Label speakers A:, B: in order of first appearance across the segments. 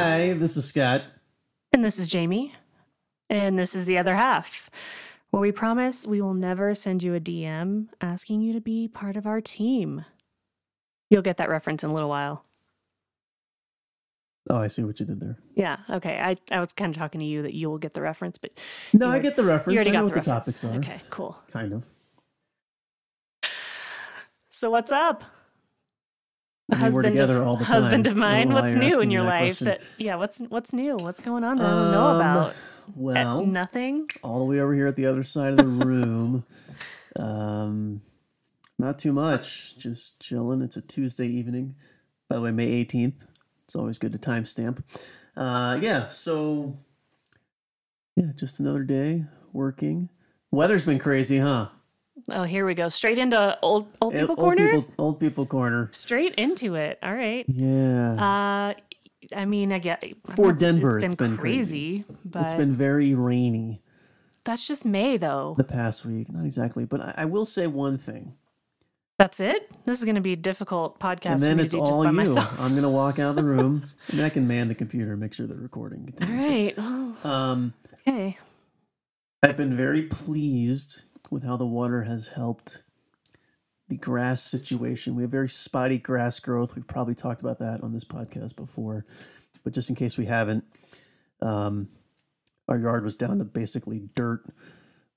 A: is Scott.
B: And this is Jamie. And this is the other half. Well, we promise we will never send you a DM asking you to be part of our team. You'll get that reference in a little while.
A: Oh, I see what you did there.
B: Yeah. Okay. I, I was kind of talking to you that you'll get the reference, but
A: No,
B: You
A: I
B: already-
A: get the
B: you
A: reference.
B: already
A: I know
B: got
A: what
B: the
A: the
B: reference.
A: topics are.
B: Okay, cool.
A: Kind of.
B: So what's up?
A: I mean, we're
B: Husband
A: together
B: of,
A: all the time.
B: Husband
A: I
B: of
A: don't
B: mine,
A: know why
B: what's
A: you're
B: new
A: asking
B: in
A: me
B: your
A: that
B: life?
A: question.
B: That yeah, what's what's new? What's going on that I don't know
A: Um,
B: about? Eh,
A: Well,
B: nothing.
A: all the way over here at the other side of the room. um, not too much. Just chilling. It's a Tuesday evening. By the way, May 18th. It's always good to timestamp. Uh, yeah, so yeah, just another day working. Weather's been crazy, huh?
B: Oh, here we go. Straight into old old
A: Eh,
B: people corner.
A: Old people, old people corner.
B: Straight into it. All right.
A: Yeah.
B: Uh, I mean, I get I don't
A: For
B: know if
A: Denver,
B: it's been,
A: it's been
B: crazy, but
A: it's been very rainy
B: that's just May, though.
A: the past week. Not exactly, but I, I will say one thing.
B: That's it. This is going to be a difficult podcast.
A: and then
B: for me
A: it's
B: to do just
A: all
B: by
A: you.
B: myself.
A: I'm gonna walk out of the room, and I can man the computer, and make sure the recording.
B: All
A: Continues.
B: right. Oh,
A: Um,
B: okay.
A: I've been very pleased with how the water has helped the grass situation. We have very spotty grass growth. We've probably talked about that on this podcast before, but just in case we haven't, um, our yard was down to basically dirt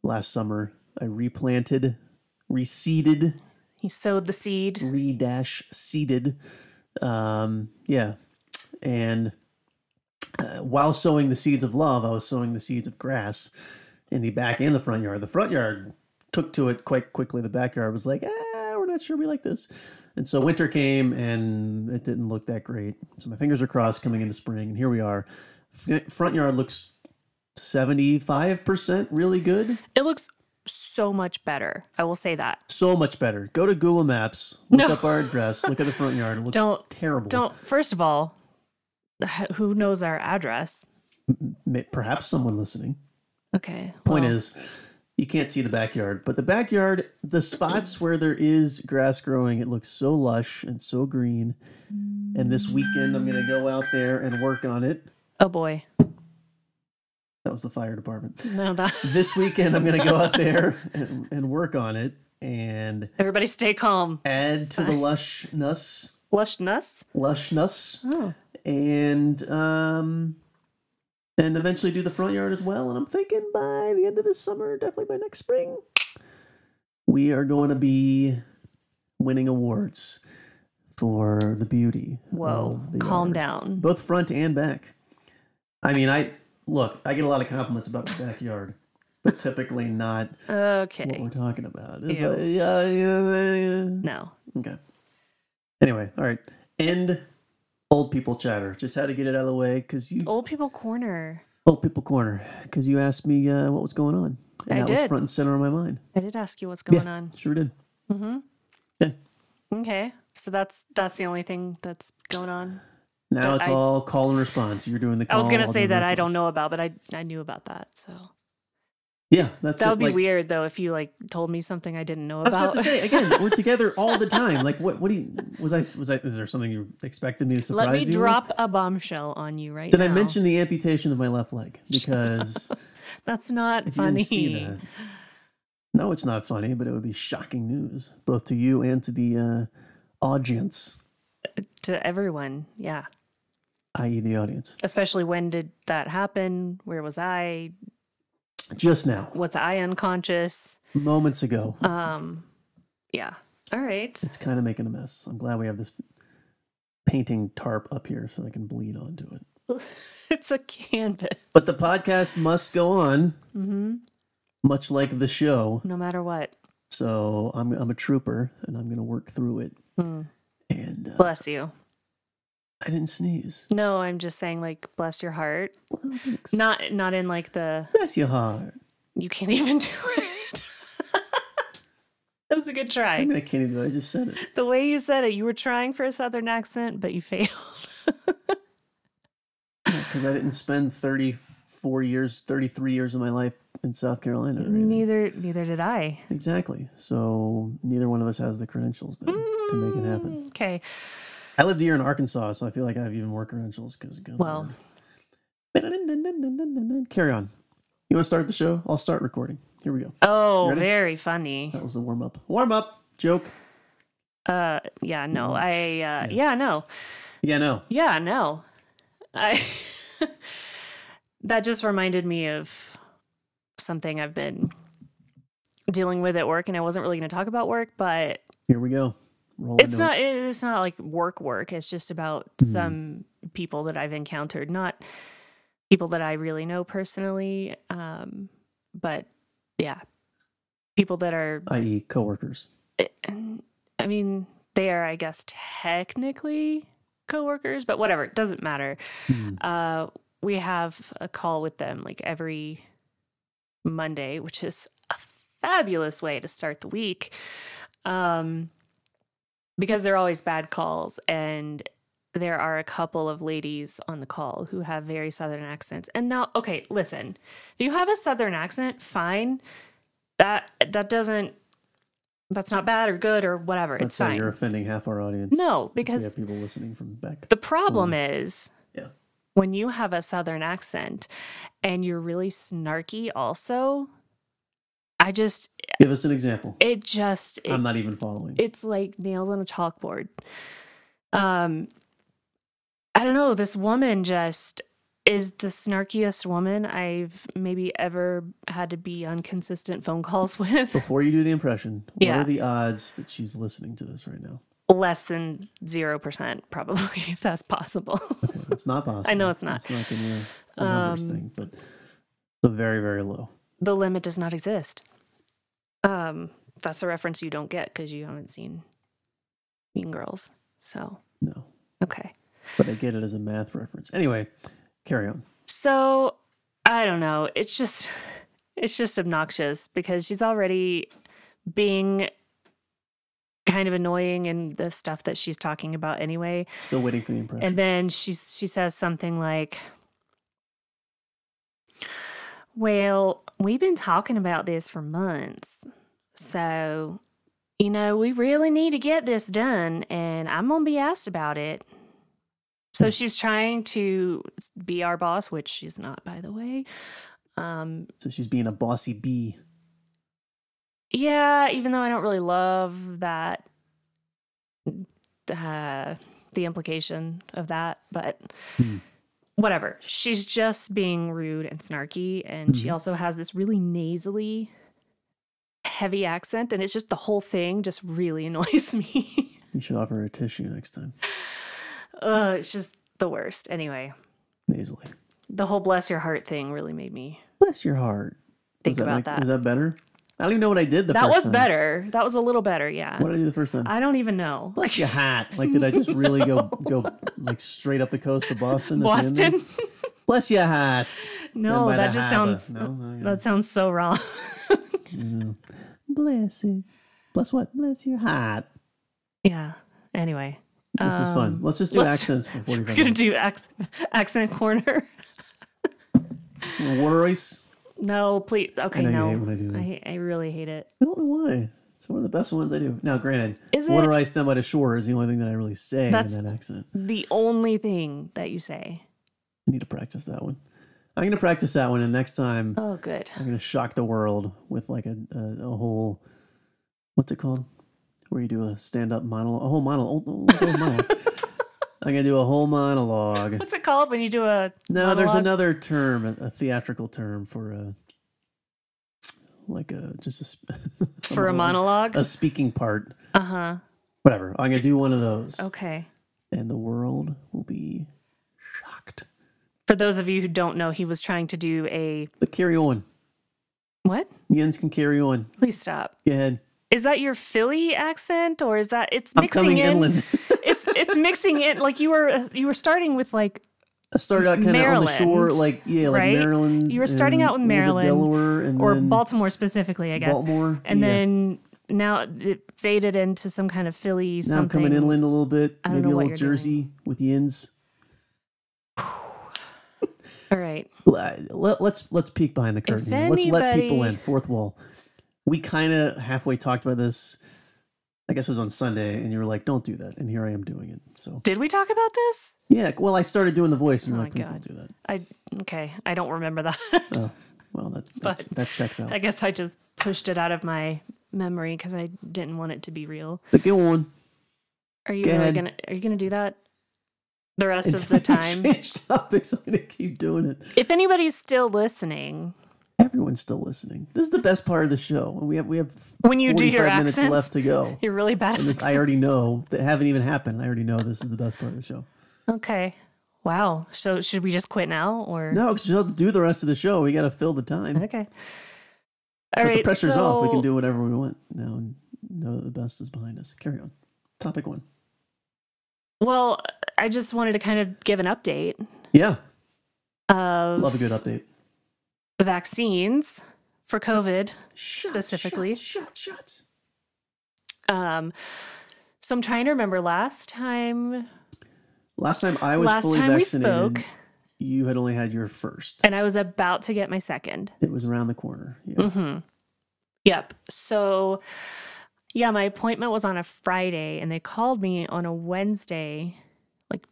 A: last summer. I replanted, reseeded,
B: He sowed the seed.
A: re dash seeded. Um, yeah. And uh, while sowing the seeds of love, I was sowing the seeds of grass in the back and the front yard. The front yard took to it quite quickly. The backyard was like, ah, we're not sure we like this. And so winter came and it didn't look that great. So my fingers are crossed coming into spring. And here we are. F- front yard looks 75% really good.
B: It looks so much better. I will say that.
A: So much better. Go to Google Maps, look
B: No.
A: up our address, look at the front yard. It looks
B: Don't-
A: terrible.
B: Don't. First of all, who knows our address?
A: Ma- Perhaps someone listening.
B: Okay.
A: Point
B: well,
A: is, you can't see the backyard, but the backyard, the spots where there is grass growing, it looks so lush and so green. And this weekend, I'm going to go out there and work on it.
B: Oh boy.
A: That was the fire department.
B: No, that.
A: This weekend, I'm going to go out there and, and work on it and
B: Everybody, stay calm.
A: add to the lushness,
B: Lushness.
A: lushness.
B: Oh.
A: and um and eventually do the front yard as well and i'm thinking by the end of this summer definitely by next spring we are going to be winning awards for the beauty
B: Whoa.
A: of the
B: Calm
A: yard,
B: down.
A: both front and back i mean i look i get a lot of compliments about the backyard but typically not what
B: Okay.
A: we're talking about It's
B: Ew.
A: like, yeah, yeah, yeah.
B: No.
A: Okay. Anyway, all right. End old people chatter. Just had to get it out of the way because you
B: Old people corner.
A: old people corner because you asked me uh, what was going on, and
B: I
A: that was
B: did.
A: front and center on my mind.
B: I did ask you what's going on. Mm-hmm.
A: Sure did.
B: Okay. So that's that's the only thing that's going on.
A: Now
B: But
A: it's
B: I-
A: all call and response. You're doing the.
B: I
A: Call,
B: was gonna
A: I'll do
B: say
A: Oh, the
B: that I don't
A: response.
B: know about, but I I knew about that. So
A: Yeah, that's
B: that
A: it.
B: would be
A: Like,
B: weird though if you like told me something I didn't know
A: I was about to
B: about.
A: say again. We're together all the time. Like, what? What do you? Was I? Was I? Is there something you expected me to surprise
B: Let me
A: you? with?
B: drop a bombshell on you right
A: Did
B: now.
A: I mention the amputation of my left leg? Because
B: that's not
A: If you didn't
B: funny?
A: see that. No, it's not funny, but it would be shocking news, both to you and to the uh, audience,
B: to everyone. Yeah.
A: i.e., e, the audience.
B: Especially when did that happen? Where was I?
A: Just now,
B: Was I unconscious?
A: moments ago,
B: Um yeah. All right.
A: it's kind of making a mess. I'm glad we have this painting tarp up here so I can bleed onto it.
B: it's a canvas.
A: But the podcast must go on,
B: hmm
A: much like the show.
B: No matter what.
A: So I'm, I'm a trooper and I'm going to work through it.
B: Mm.
A: And uh,
B: Bless you.
A: I didn't sneeze.
B: No, I'm just saying like bless your heart.
A: Well, thanks.
B: Not not in like the
A: Bless your heart.
B: you can't even do it. that was a good
A: I
B: try.
A: mean, I can't even, I just said it.
B: The way you said it, you were trying for a southern accent, but you failed.
A: because I didn't spend 34 years, 33 years of my life in South Carolina. Or anything.
B: neither neither did I.
A: Exactly. So neither one of us has the credentials then Mm. to make it happen.
B: Okay.
A: I lived a year in Arkansas, so I feel like I have even more credentials because good
B: Well,
A: lord. Carry on. You want to start the show? I'll start recording. Here we go.
B: Oh,
A: Ready?
B: very funny.
A: That was the warm up. Warm up joke.
B: Uh, yeah, no, I, uh,
A: Yes.
B: yeah, no,
A: Yeah, no.
B: yeah, no. I, that just reminded me of something I've been dealing with at work, and I wasn't really going to talk about work, but
A: Here we go. Roll
B: it's
A: into it.
B: not it's not like work work it's just about
A: Mm.
B: some people that i've encountered not people that i really know personally um but yeah people that are
A: i.e., E, coworkers.
B: i mean they are i guess technically coworkers but whatever it doesn't matter
A: Hmm.
B: uh we have a call with them like every monday which is a fabulous way to start the week um because they're always bad calls and there are a couple of ladies on the call who have very southern accents and now okay listen if you have a southern accent fine that that doesn't that's not bad or good or whatever
A: Let's
B: it's
A: say
B: fine
A: you're offending half our audience.
B: no
A: If we
B: because
A: have people listening from back.
B: the problem is
A: Mm. Yeah.
B: when you have a southern accent and you're really snarky also, I just
A: Give us an example.
B: it just it,
A: I'm not even following.
B: it's like nails on a chalkboard. Um I don't know, this woman just is the snarkiest woman I've maybe ever had to be on consistent phone calls with.
A: Before you do the impression, what
B: Yeah.
A: are the odds that she's listening to this right now?
B: Less than 0% probably if that's possible.
A: Okay, it's not possible.
B: I know it's not.
A: It's not going to be a numbers
B: Um,
A: thing, but so very, very low.
B: the limit does not exist. Um, that's a reference you don't get because you haven't seen Mean Girls. So
A: No.
B: okay,
A: But I get it as a math reference. Anyway, carry on.
B: so I don't know. It's just it's just obnoxious because she's already being kind of annoying in the stuff that she's talking about anyway.
A: Still waiting for the impression.
B: And then she she says something like, "Well, we've been talking about this for months, so you know we really need to get this done, and I'm gonna be asked about it." So she's trying to be our boss, which she's not, by the way. Um,
A: so she's being a bossy bee.
B: yeah, even though I don't really love that, uh, the implication of that, but
A: Hmm.
B: whatever. She's just being rude and snarky. And she
A: Mhm.
B: also has this really nasally, heavy accent. And it's just the whole thing just really annoys me.
A: You should offer her a tissue next time,
B: uh, it's just the worst. Anyway,
A: nasally.
B: the whole bless your heart thing really made me
A: Bless your heart.
B: think
A: was that
B: about
A: like-
B: that.
A: Was that better? I don't even know what I did the
B: that
A: first
B: was
A: time.
B: better. That was a little better. Yeah.
A: What did I do the first time?
B: I don't even know.
A: Bless your hat. Like, did I just really go go like straight up the coast to Boston? at the end there?
B: Boston?
A: Bless your hat. Then
B: no,
A: by
B: that
A: the
B: just
A: hat, uh,
B: sounds.
A: No, no, yeah.
B: That sounds so wrong.
A: Yeah. Bless it. Bless what? Bless your hat.
B: yeah. Anyway.
A: This is fun.
B: Um,
A: Let's just do
B: let's-
A: accents for
B: We're
A: 45
B: gonna
A: minutes.
B: do acc- accent corner.
A: Royce.
B: No, please. Okay,
A: know you
B: no.
A: hate when I do that.
B: I, I really hate it.
A: I don't know why. It's one of the best ones I do. Now, granted,
B: Is it?
A: water ice down by the shore is the only thing that I really say
B: That's-
A: in that accent.
B: The only thing that you say.
A: I need to practice that one. I'm going to practice that one, and next time
B: Oh, good.
A: I'm going to shock the world with like a, a, a whole, what's it called? Where you do a stand up monologue, a whole monologue. a whole monologue. I'm going to do a whole monologue.
B: What's it called when you do a?
A: No, there's
B: monologue?
A: another term, a, a theatrical term for a like a just a sp- a
B: for a monologue.
A: a speaking part.
B: Uh huh.
A: Whatever. I'm gonna do one of those,
B: Okay.
A: and the world will be shocked.
B: For those of you who don't know, he was trying to do a
A: But carry on.
B: what?
A: Yens can carry on.
B: Please stop.
A: Go ahead.
B: Is that your Philly accent, or is that it's
A: I'm
B: mixing
A: coming
B: in?
A: inland.
B: It's it's mixing in like you were you were starting with like
A: I started out kind of on the shore,
B: Maryland,
A: like yeah, like
B: right?
A: Maryland.
B: You were starting
A: and
B: out with
A: a little bit
B: Maryland
A: Delaware, and
B: or
A: then
B: Baltimore specifically, I guess.
A: Baltimore,
B: and
A: yeah.
B: then now it faded into some kind of Philly
A: now I'm
B: something.
A: coming inland a little bit,
B: I don't
A: maybe a
B: know
A: little
B: what you're doing.
A: Jersey with Yens.
B: All right.
A: uh, let, let's let's peek behind the curtain.
B: If
A: here. let's let people
B: anybody-
A: in. Fourth wall. We kind of halfway talked about this I guess it was on Sunday, and you were like, "Don't do that," and here I am doing it. So
B: Did we talk about this?
A: yeah, well, I started doing the voice, and you're
B: Oh
A: like,
B: my
A: "Please
B: God.
A: don't do that."
B: I okay, I don't remember that.
A: Oh, well, that that,
B: But-
A: that checks out.
B: I guess I just pushed it out of my memory because I didn't want it to be real.
A: But go on.
B: Are you
A: Go
B: really
A: ahead.
B: gonna Are you gonna do that the rest of the
A: Until you
B: time?
A: change topics. I'm gonna keep doing it.
B: If anybody's still listening,
A: Everyone's still listening. This is the best part of the show. We have we have
B: When you do your
A: 45 minutes
B: accents,
A: left to go.
B: you're really bad. At
A: And this, I
B: accent-
A: already know that haven't even happened. I already know this is the best part of the show.
B: okay. Wow. So should we just quit now or
A: No, because you'll have to do the rest of the show. We got to fill the time.
B: Okay. All
A: but
B: right.
A: the pressure's
B: so
A: off. We can do whatever we want now. and Know that the best is behind us. Carry on. Topic one.
B: Well, I just wanted to kind of give an update
A: Yeah,
B: of
A: love a good update.
B: vaccines for COVID.
A: Shots,
B: Specifically.
A: shots, shots, shots.
B: Um, so I'm trying to remember last time.
A: Last time I was
B: last
A: fully
B: time we
A: vaccinated,
B: spoke,
A: you had only had your first.
B: and I was about to get my second.
A: It was around the corner. Yeah.
B: Mm-hmm. Yep. So, yeah, my appointment was on a Friday, and they called me on a Wednesday, like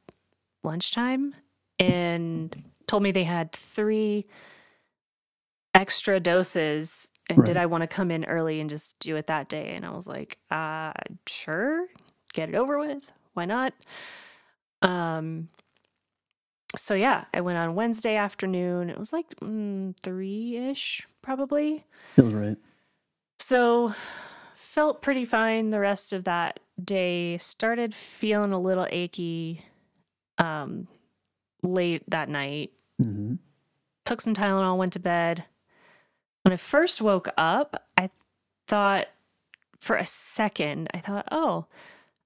B: lunchtime, and told me they had three extra doses. And did
A: Right.
B: I want to come in early and just do it that day? And I was like, uh, sure, get it over with. Why not? Um, so yeah, I went on Wednesday afternoon. It was like mm, three ish, probably.
A: Feels right.
B: So felt pretty fine the rest of that day. Started feeling a little achy um, late that night.
A: hmm
B: Took some Tylenol, went to bed. When I first woke up, I thought for a second, I thought, oh,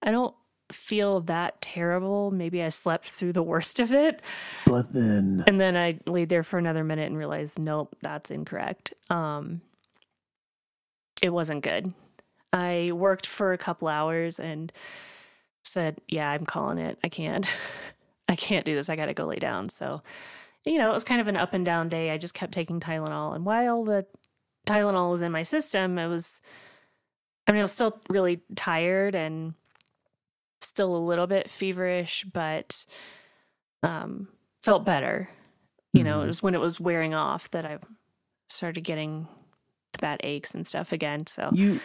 B: I don't feel that terrible. Maybe I slept through the worst of it.
A: But then,
B: And then I laid there for another minute and realized, nope, that's incorrect. Um, it wasn't good. I worked for a couple hours and said, yeah, I'm calling it. I can't. I can't do this. I got to go lay down. So, you know, it was kind of an up and down day. I just kept taking Tylenol. And while the Tylenol was in my system, it was, I mean, I was still really tired and still a little bit feverish, but um, felt better. You know,
A: Mhm.
B: it was when it was wearing off that I started getting the bad aches and stuff again. So
A: you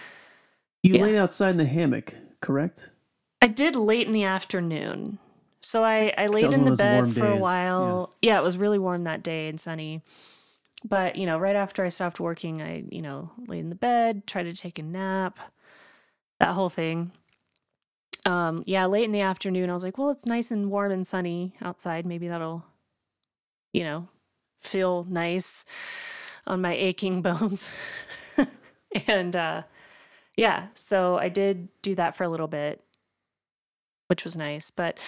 A: you
B: Yeah.
A: laid outside in the hammock, correct?
B: I did late in the afternoon. So I, I laid
A: was
B: in one the
A: of those warm
B: bed for a
A: days,
B: while. Yeah. it was really warm that day and sunny. But, you know, right after I stopped working, I, you know, laid in the bed, tried to take a nap, that whole thing. Um, yeah, late in the afternoon, I was like, well, it's nice and warm and sunny outside. Maybe that'll, you know, feel nice on my aching bones. and uh, yeah, so I did do that for a little bit which was nice. But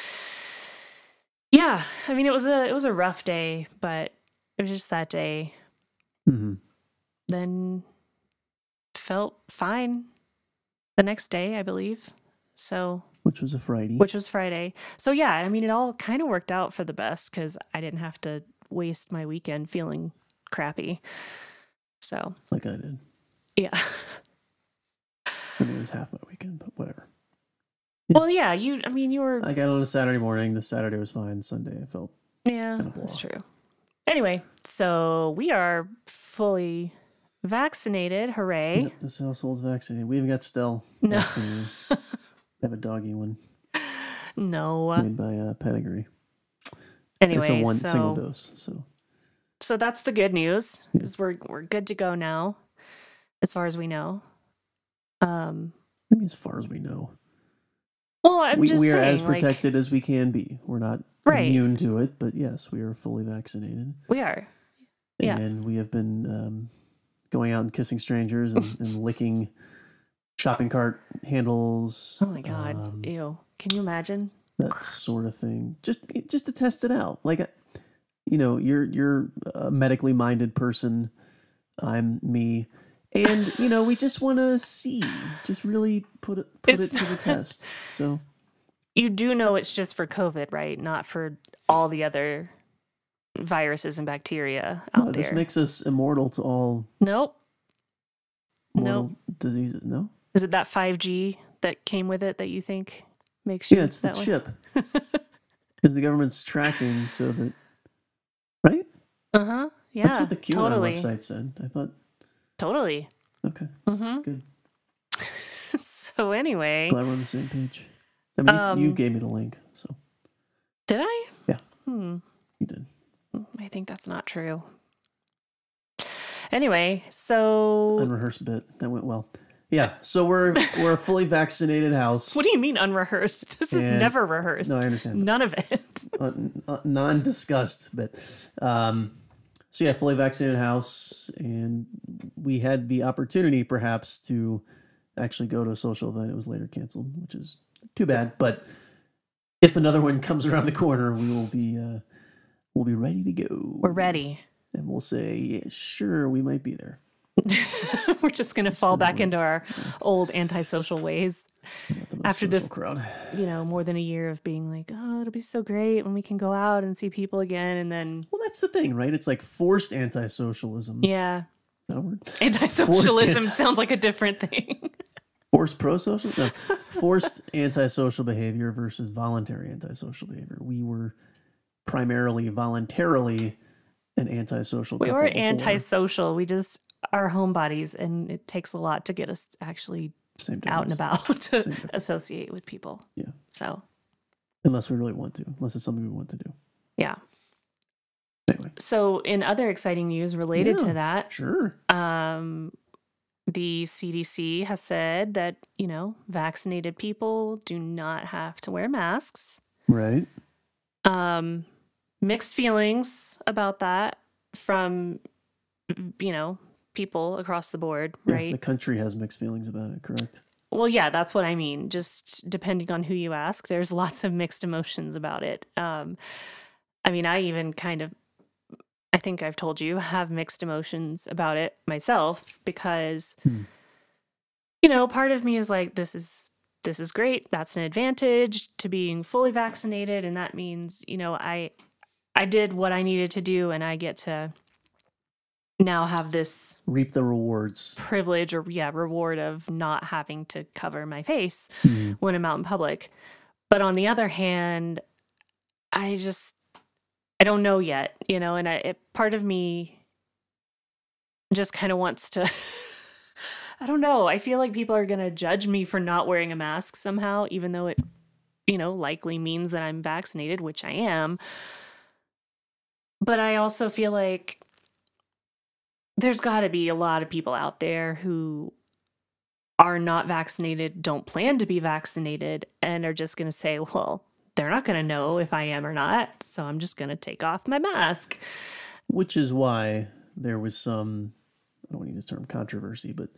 B: yeah, I mean it was a it was a rough day, but it was just that day.
A: hmm
B: Then felt fine the next day, I believe. So
A: Which was a Friday.
B: which was Friday. So yeah, I mean it all kind of worked out for the best because I didn't have to waste my weekend feeling crappy. So
A: like I did.
B: yeah.
A: I mean, it was half my weekend, but whatever.
B: Well, yeah, you. I mean, you were.
A: I got on a Saturday morning. The Saturday was fine. Sunday, I felt
B: Yeah,
A: Kinda
B: that's
A: blah.
B: true. Anyway, so we are fully vaccinated. Hooray.
A: "Yep, this household's vaccinated. We even got Stell
B: No.
A: vaccinated. I have a doggy one
B: No.
A: made by uh, Pedigree. it's a
B: Anyway,
A: one single
B: so,
A: dose. So
B: so that's the good news is we're we're good to go now, as far as we know. Um.
A: maybe as far as we know,
B: Well, I'm
A: we,
B: just
A: we are
B: saying,
A: as protected as we can be. We're not
B: Right.
A: immune to it, but yes, we are fully vaccinated,
B: Like, we are. Yeah.
A: and we have been um, going out and kissing strangers and, and licking shopping cart handles.
B: Oh my god.
A: um,
B: Ew. Can you imagine?
A: that sort of thing just just to test it out like uh, you know you're you're a medically minded person i'm me and you know we just want to see just really put it put
B: It's
A: it to the
B: not-
A: test so
B: You do know it's just for COVID, right? Not for all the other viruses and bacteria out
A: no, this
B: there.
A: makes us immortal to all
B: nope.
A: mortal diseases no
B: Is it that 5G that came with it that you think makes you
A: Yeah, it's the
B: that way?
A: chip. Because the government's tracking so that, right?
B: Uh huh. Yeah.
A: That's what the QAnon
B: totally.
A: website said. I thought,
B: Totally.
A: okay,
B: Mm-hmm.
A: good.
B: so anyway,
A: Glad we're on the same page. I mean, you- you
B: Um,
A: gave me the link, so
B: did I?
A: Yeah.
B: Hmm.
A: you did.
B: I think that's not true. Anyway, so
A: Unrehearsed bit that went well. Yeah, so we're we're a fully vaccinated house.
B: what do you mean unrehearsed? This is
A: And-
B: never rehearsed.
A: no, I understand.
B: None of it.
A: uh, uh, non-discussed, but um, so yeah, fully vaccinated house, and we had the opportunity perhaps to actually go to a social event. It was later canceled, which is too bad. But if another one comes around the corner, we will be uh, we'll be ready to go.
B: We're ready.
A: and we'll say yeah, sure we might be there.
B: We're just going to fall back into our old antisocial ways.
A: Not the most
B: After this-
A: social crowd,
B: You know, more than a year of being like, oh, it'll be so great when we can go out and see people again. And then,
A: well, that's the thing, right? It's like forced anti-socialism. Is
B: yeah,
A: that a word?
B: antisocialism
A: anti-
B: sounds like a different thing.
A: Forced pro-social? No. Forced antisocial behavior versus voluntary antisocial behavior. We were primarily voluntarily an antisocial
B: we
A: couple
B: were
A: before.
B: antisocial. We just are homebodies, and it takes a lot to get us actually
A: Same
B: out and
A: difference.
B: about
A: Same
B: to
A: difference.
B: associate with people.
A: Yeah.
B: So,
A: Unless we really want to. Unless it's something we want to do.
B: yeah.
A: Anyway.
B: So, in other exciting news related
A: Yeah.
B: to that,
A: Sure.
B: um, the CDC has said that, you know, vaccinated people do not have to wear masks.
A: Right.
B: Um, mixed feelings about that from, you know, people across the board,
A: Yeah,
B: right?
A: the country has mixed feelings about it, correct?
B: Well, yeah, that's what I mean. Just depending on who you ask, there's lots of mixed emotions about it. Um, I mean, I even kind of, I think I've told you, have mixed emotions about it myself because,
A: Hmm.
B: you know, part of me is like, this is this is great. That's an advantage to being fully vaccinated, and that means, you know, I I did what I needed to do, and I get to now have this
A: Reap the rewards.
B: privilege or yeah reward of not having to cover my face
A: Mhm.
B: when I'm out in public. But on the other hand, I just I don't know yet, you know, and I it, part of me just kind of wants to I don't know. I feel like people are going to judge me for not wearing a mask somehow even though it you know likely means that I'm vaccinated, which I am. But I also feel like there's got to be a lot of people out there who are not vaccinated, don't plan to be vaccinated, and are just going to say, well, they're not going to know if I am or not. So I'm just going to take off my mask.
A: Which is why there was some, I don't want to use the term controversy, but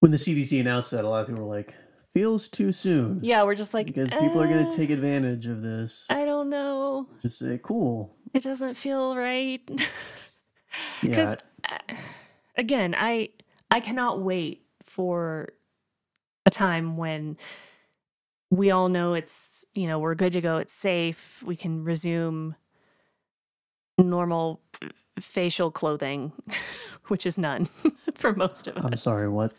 A: when the CDC announced that, a lot of people were like, feels too soon.
B: Yeah, we're just like,
A: because people are going
B: "Uh,
A: to take advantage of this.
B: I don't know.
A: Just say, cool.
B: It doesn't feel right.
A: Yeah.
B: Because again, I I cannot wait for a time when we all know it's you know we're good to go. It's safe. We can resume normal f- facial clothing, which is none for most of us.
A: I'm sorry, what?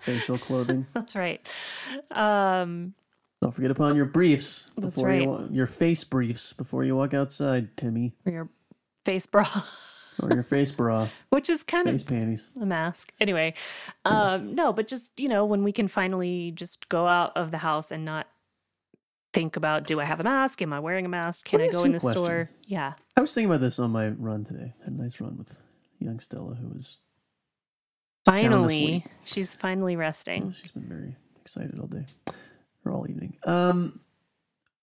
A: Facial clothing.
B: That's right. Um,
A: Don't forget upon your briefs
B: That's
A: before
B: right.
A: you wa- your face briefs before you walk outside, Timmy,
B: or your face bra,
A: or your face bra,
B: which is kind of
A: face panties.
B: a mask. Anyway, um, no, but just, you know, when we can finally just go out of the house and not think about do I have a mask? Am I wearing a mask? Can
A: Let
B: I
A: me
B: go
A: ask
B: in
A: you
B: the
A: a question.
B: store? Yeah.
A: I was thinking about this on my run today. Had a nice run with young Stella, who was sound
B: Finally,
A: asleep.
B: she's finally
A: Oh,
B: resting.
A: She's been very excited all day or all evening. Um,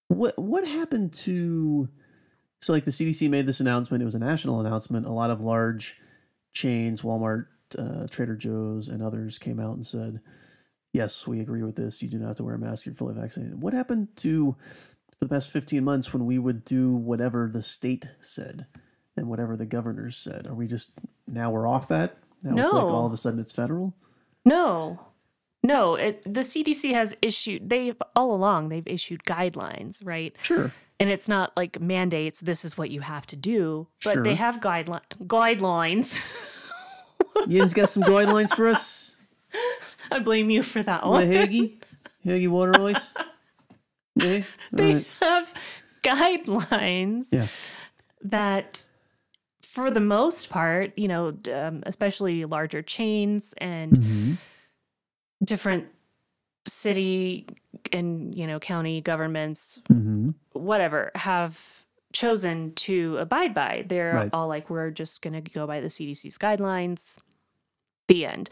A: what what happened to? So like the CDC made this announcement. It was a national announcement. A lot of large chains, Walmart, uh, Trader Joe's, and others came out and said, "Yes, we agree with this. You do not have to wear a mask. You're fully vaccinated." What happened to for the past 15 months when we would do whatever the state said and whatever the governors said? Are we just now we're off that? Now it's like
B: No.
A: all of a sudden it's federal.
B: No. No, it, the CDC has issued, they've all along, they've issued guidelines, right?
A: Sure.
B: And it's not like mandates, this is what you have to do, but
A: Sure.
B: they have guideline, guidelines.
A: Yin's got some guidelines for us.
B: I blame you for that
A: My
B: one.
A: Haggy, Haggy water ice. Yeah, all
B: they
A: right.
B: have guidelines
A: Yeah.
B: that for the most part you know d- um, especially larger chains and
A: Mhm.
B: different city and you know county governments
A: Mhm.
B: whatever have chosen to abide by they're
A: Right.
B: all like we're just going to go by the cdc's guidelines the end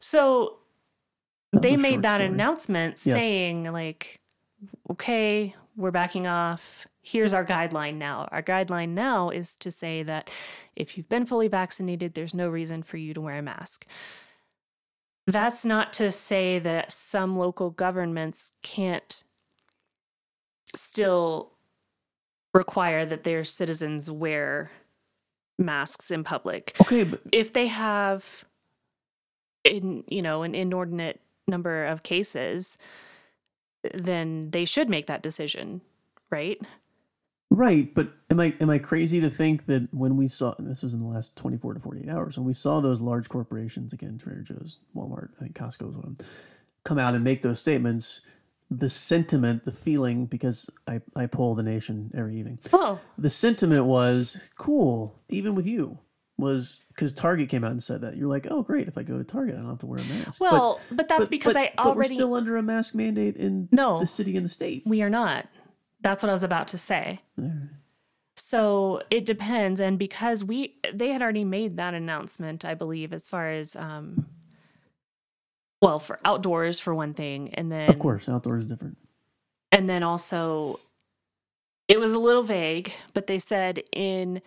B: so
A: That was
B: they
A: a
B: made
A: short
B: that
A: story.
B: announcement
A: Yes.
B: saying like okay we're backing off here's our guideline now our guideline now is to say that if you've been fully vaccinated there's no reason for you to wear a mask that's not to say that some local governments can't still require that their citizens wear masks in public
A: Okay, but
B: if they have in you know an inordinate number of cases then they should make that decision right
A: Right, but am I am I crazy to think that when we saw and this was in the last twenty four to forty eight hours when we saw those large corporations again Trader Joe's, Walmart, I think Costco is one of them, come out and make those statements, the sentiment, the feeling, because I I poll the nation every evening,
B: oh
A: the sentiment was cool, even with you, was because Target came out and said that you're like, oh great, if I go to Target, I don't have to wear a mask. But-
B: well but, that's
A: but-
B: because
A: but-
B: i
A: but we're
B: already
A: still under a mask mandate in
B: No.
A: the city and the state.
B: we are not that's what i was about to say so it depends and because we they had already made that announcement i believe as far as um well for outdoors for one thing and then
A: Of course, outdoor is different.
B: And then also, it was a little vague, but they said in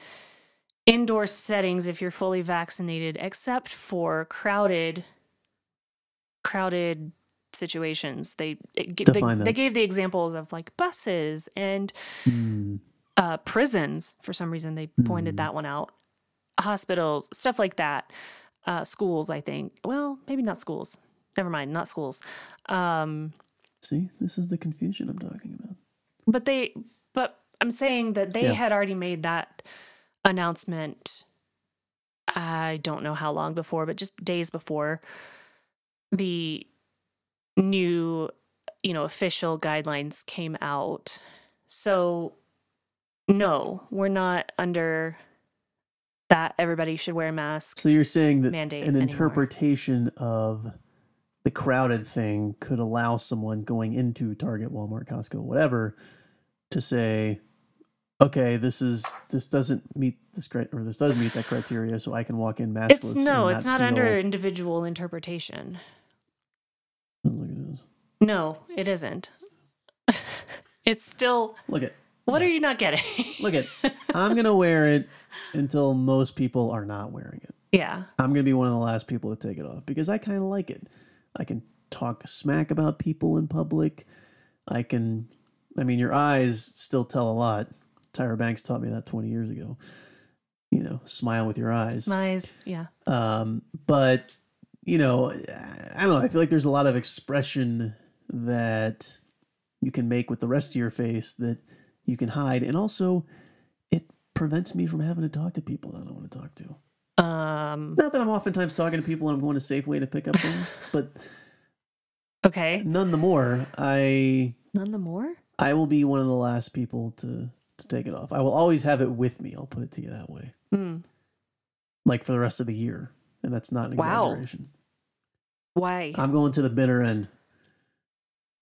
B: indoor settings, if you're fully vaccinated, except for crowded, crowded situations, they it g- they,
A: Define that.
B: they gave the examples of like buses and
A: Hmm.
B: uh, prisons. For some reason, they pointed
A: Hmm.
B: that one out. Hospitals, stuff like that. Uh, schools, I think. Well, maybe not schools. Never mind, not schools. Um,
A: See, this is the confusion I'm talking about.
B: But they, but I'm saying that they
A: Yeah.
B: had already made that announcement. I don't know how long before, but just days before the new, you know, official guidelines came out. So, no, we're not under that. Everybody should wear a mask.
A: So you're saying that
B: mandate
A: an
B: anymore.
A: interpretation of the crowded thing could allow someone going into Target, Walmart, Costco, whatever, to say, "Okay, this is this doesn't meet this cri- or this does meet that criteria, so I can walk in maskless."
B: It's
A: and
B: no, it's not
A: feel-
B: under individual interpretation.
A: Sounds like it is.
B: No, it isn't. it's still.
A: Look at
B: What are you not getting?
A: look at. I'm gonna wear it until most people are not wearing it.
B: yeah.
A: I'm going to be one of the last people to take it off because I kind of like it. I can talk smack about people in public. I can, I mean, your eyes still tell a lot. Tyra Banks taught me that 20 years ago. You know, smile with your eyes.
B: Nice. Yeah.
A: Um, but you know, I don't know. I feel like there's a lot of expression that you can make with the rest of your face that you can hide, and also it prevents me from having to talk to people that I don't want to talk to.
B: Um
A: Not that I'm oftentimes talking to people and I'm going to Safeway to pick up things, but
B: okay.
A: none the more, I
B: None the more?
A: I will be one of the last people to to take it off. I will always have it with me. I'll put it to you that way,
B: Hmm.
A: like for the rest of the year, and that's not an
B: Wow.
A: exaggeration.
B: Why?
A: I'm going to the bitter end,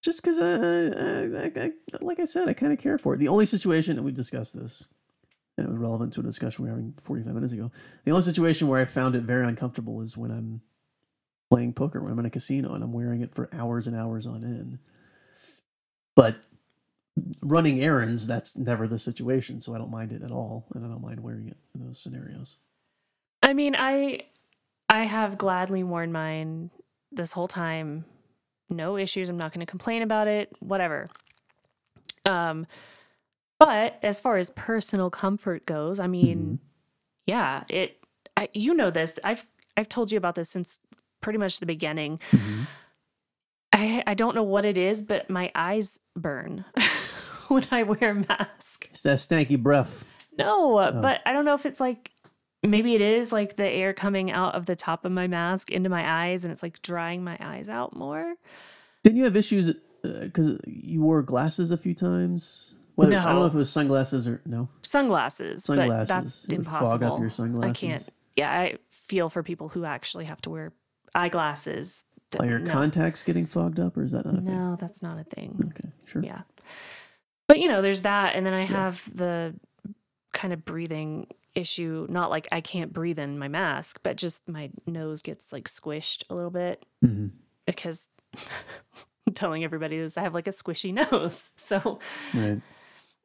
A: just because, uh, I, I, like I said, I kind of care for it. The only situation, and we discussed this, and it was relevant to a discussion we were having 45 minutes ago. The only situation where I found it very uncomfortable is when I'm playing poker, when I'm in a casino and I'm wearing it for hours and hours on end. But running errands, that's never the situation, so I don't mind it at all, and I don't mind wearing it in those scenarios.
B: I mean, I I have gladly worn mine this whole time. No issues. I'm not going to complain about it. Whatever. Um but as far as personal comfort goes, I mean, yeah, it I, you know this. I've I've told you about this since pretty much the beginning. I I don't know what it is, but my eyes burn when I wear a mask.
A: It's that stanky breath.
B: uh,
A: Oh.
B: No, but I don't know if it's like Maybe it is like the air coming out of the top of my mask into my eyes and it's like drying my eyes out more.
A: Didn't you have issues because you wore glasses a few times? Well, I don't know if it was sunglasses or no
B: Sunglasses, but
A: sunglasses.
B: that's
A: It would
B: impossible.
A: Fog up your sunglasses.
B: I can't. Yeah, I feel for people who actually have to wear eyeglasses. D-
A: Are your
B: no.
A: contacts getting fogged up, or is that not a thing? Mm-hmm.
B: No, that's not a thing.
A: Okay, sure.
B: Yeah. But you know, there's that and then I have the kind of breathing issue, not like I can't breathe in my mask, but just my nose gets like squished a little bit
A: Mhm.
B: because I'm telling everybody this I have like a squishy nose. So
A: Right.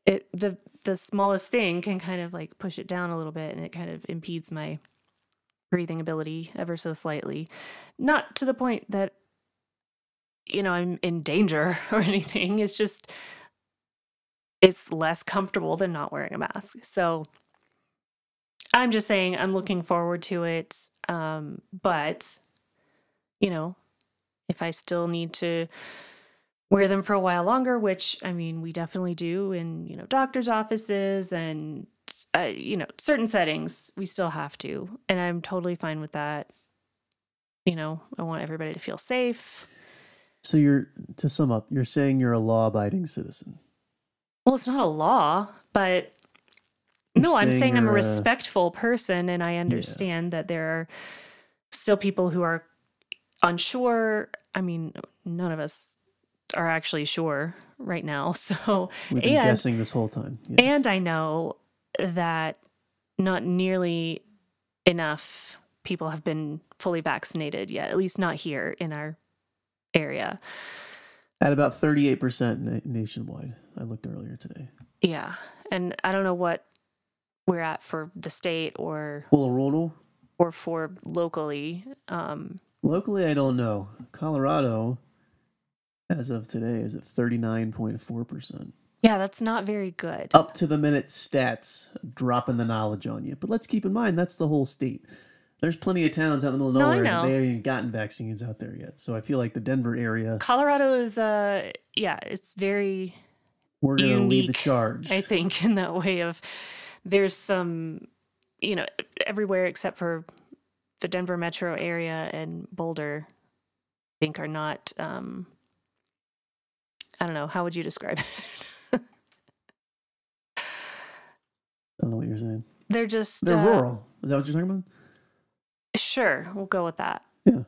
B: it the the smallest thing can kind of like push it down a little bit and it kind of impedes my breathing ability ever so slightly not to the point that you know i'm in danger or anything it's just it's less comfortable than not wearing a mask so i'm just saying i'm looking forward to it um but you know if i still need to wear them for a while longer, which I mean, we definitely do in, you know, doctor's offices and, uh, you know, certain settings, we still have to. And I'm totally fine with that. You know, I want everybody to feel safe.
A: So you're to sum up, you're saying you're a law-abiding citizen.
B: Well, it's not a law, but
A: You're
B: no, I'm
A: saying
B: saying I'm a
A: you're a-
B: respectful person and I understand that there are still people who are unsure. I mean, none of us are actually sure right now. So,
A: We've been
B: And-
A: guessing this whole time. Yes.
B: And I know that not nearly enough people have been fully vaccinated yet, at least not here in our area.
A: at about 38% na- nationwide. I looked earlier today.
B: Yeah. And I don't know what we're at for the state or
A: Colorado,
B: or for locally. Um
A: locally, I don't know. Colorado, as of today, is at 39.4%.
B: yeah, that's not very good.
A: Up to the minute stats, dropping the knowledge on you. But let's keep in mind that's the whole state. There's plenty of towns out in the middle of
B: No, I
A: nowhere that
B: know.
A: they haven't even gotten vaccines out there yet. So I feel like the Denver area,
B: Colorado is uh yeah, it's very
A: we're going to lead the
B: Unique.
A: charge.
B: I think in that way of there's some you know everywhere except for the Denver metro area and Boulder I think are not um I don't know how would you describe it
A: I don't know what you're saying.
B: they're just
A: They're
B: uh,
A: rural. Is that what you're talking about?
B: sure we'll go with that
A: Yeah.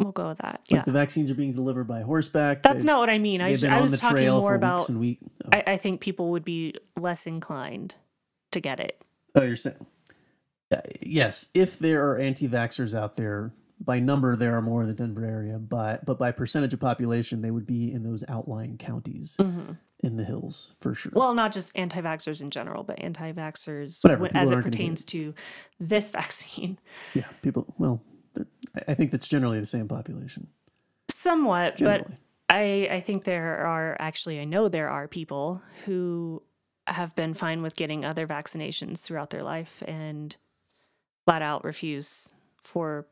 B: we'll go with that
A: Like
B: yeah
A: the vaccines are being delivered by horseback.
B: that's
A: They've-
B: not what I mean I,
A: They've
B: just,
A: been
B: I
A: on
B: was
A: the
B: talking
A: trail
B: more
A: for
B: about
A: weeks and weeks. Oh.
B: I, I think people would be less inclined to get it
A: Oh, you're saying. Uh, yes, if there are anti-vaxxers out there, by number there are more in the Denver area, but but by percentage of population, they would be in those outlying counties in the hills for sure.
B: Well, not just anti vaxxers in general, but anti vaxxers
A: Whatever, people
B: as
A: aren't gonna
B: it
A: get
B: pertains to this vaccine.
A: yeah, people. Well, th- I- I think that's generally the same population.
B: Somewhat,
A: Generally,
B: but I, I think there are actually, I know there are people who have been fine with getting other vaccinations throughout their life and flat out refuse for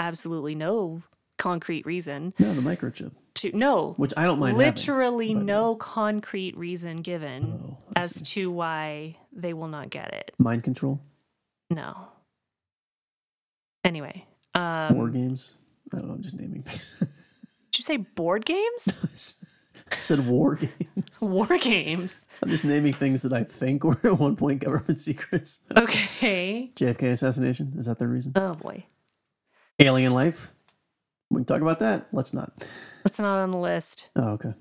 B: absolutely no concrete reason
A: no, the microchip,
B: to, no,
A: which I don't mind. having.
B: literally
A: by the way.
B: no concrete reason given
A: Oh, I
B: as
A: see.
B: to why they will not get it.
A: mind control,
B: No. Anyway, um,
A: war games. I don't know. I'm just naming things.
B: did you say board games?
A: I said war games.
B: War games.
A: I'm just naming things that I think were at one point government secrets.
B: Okay.
A: JFK assassination is that the reason?
B: Oh boy,
A: Alien life. We can talk about that. Let's not.
B: that's not on the list.
A: Oh, okay.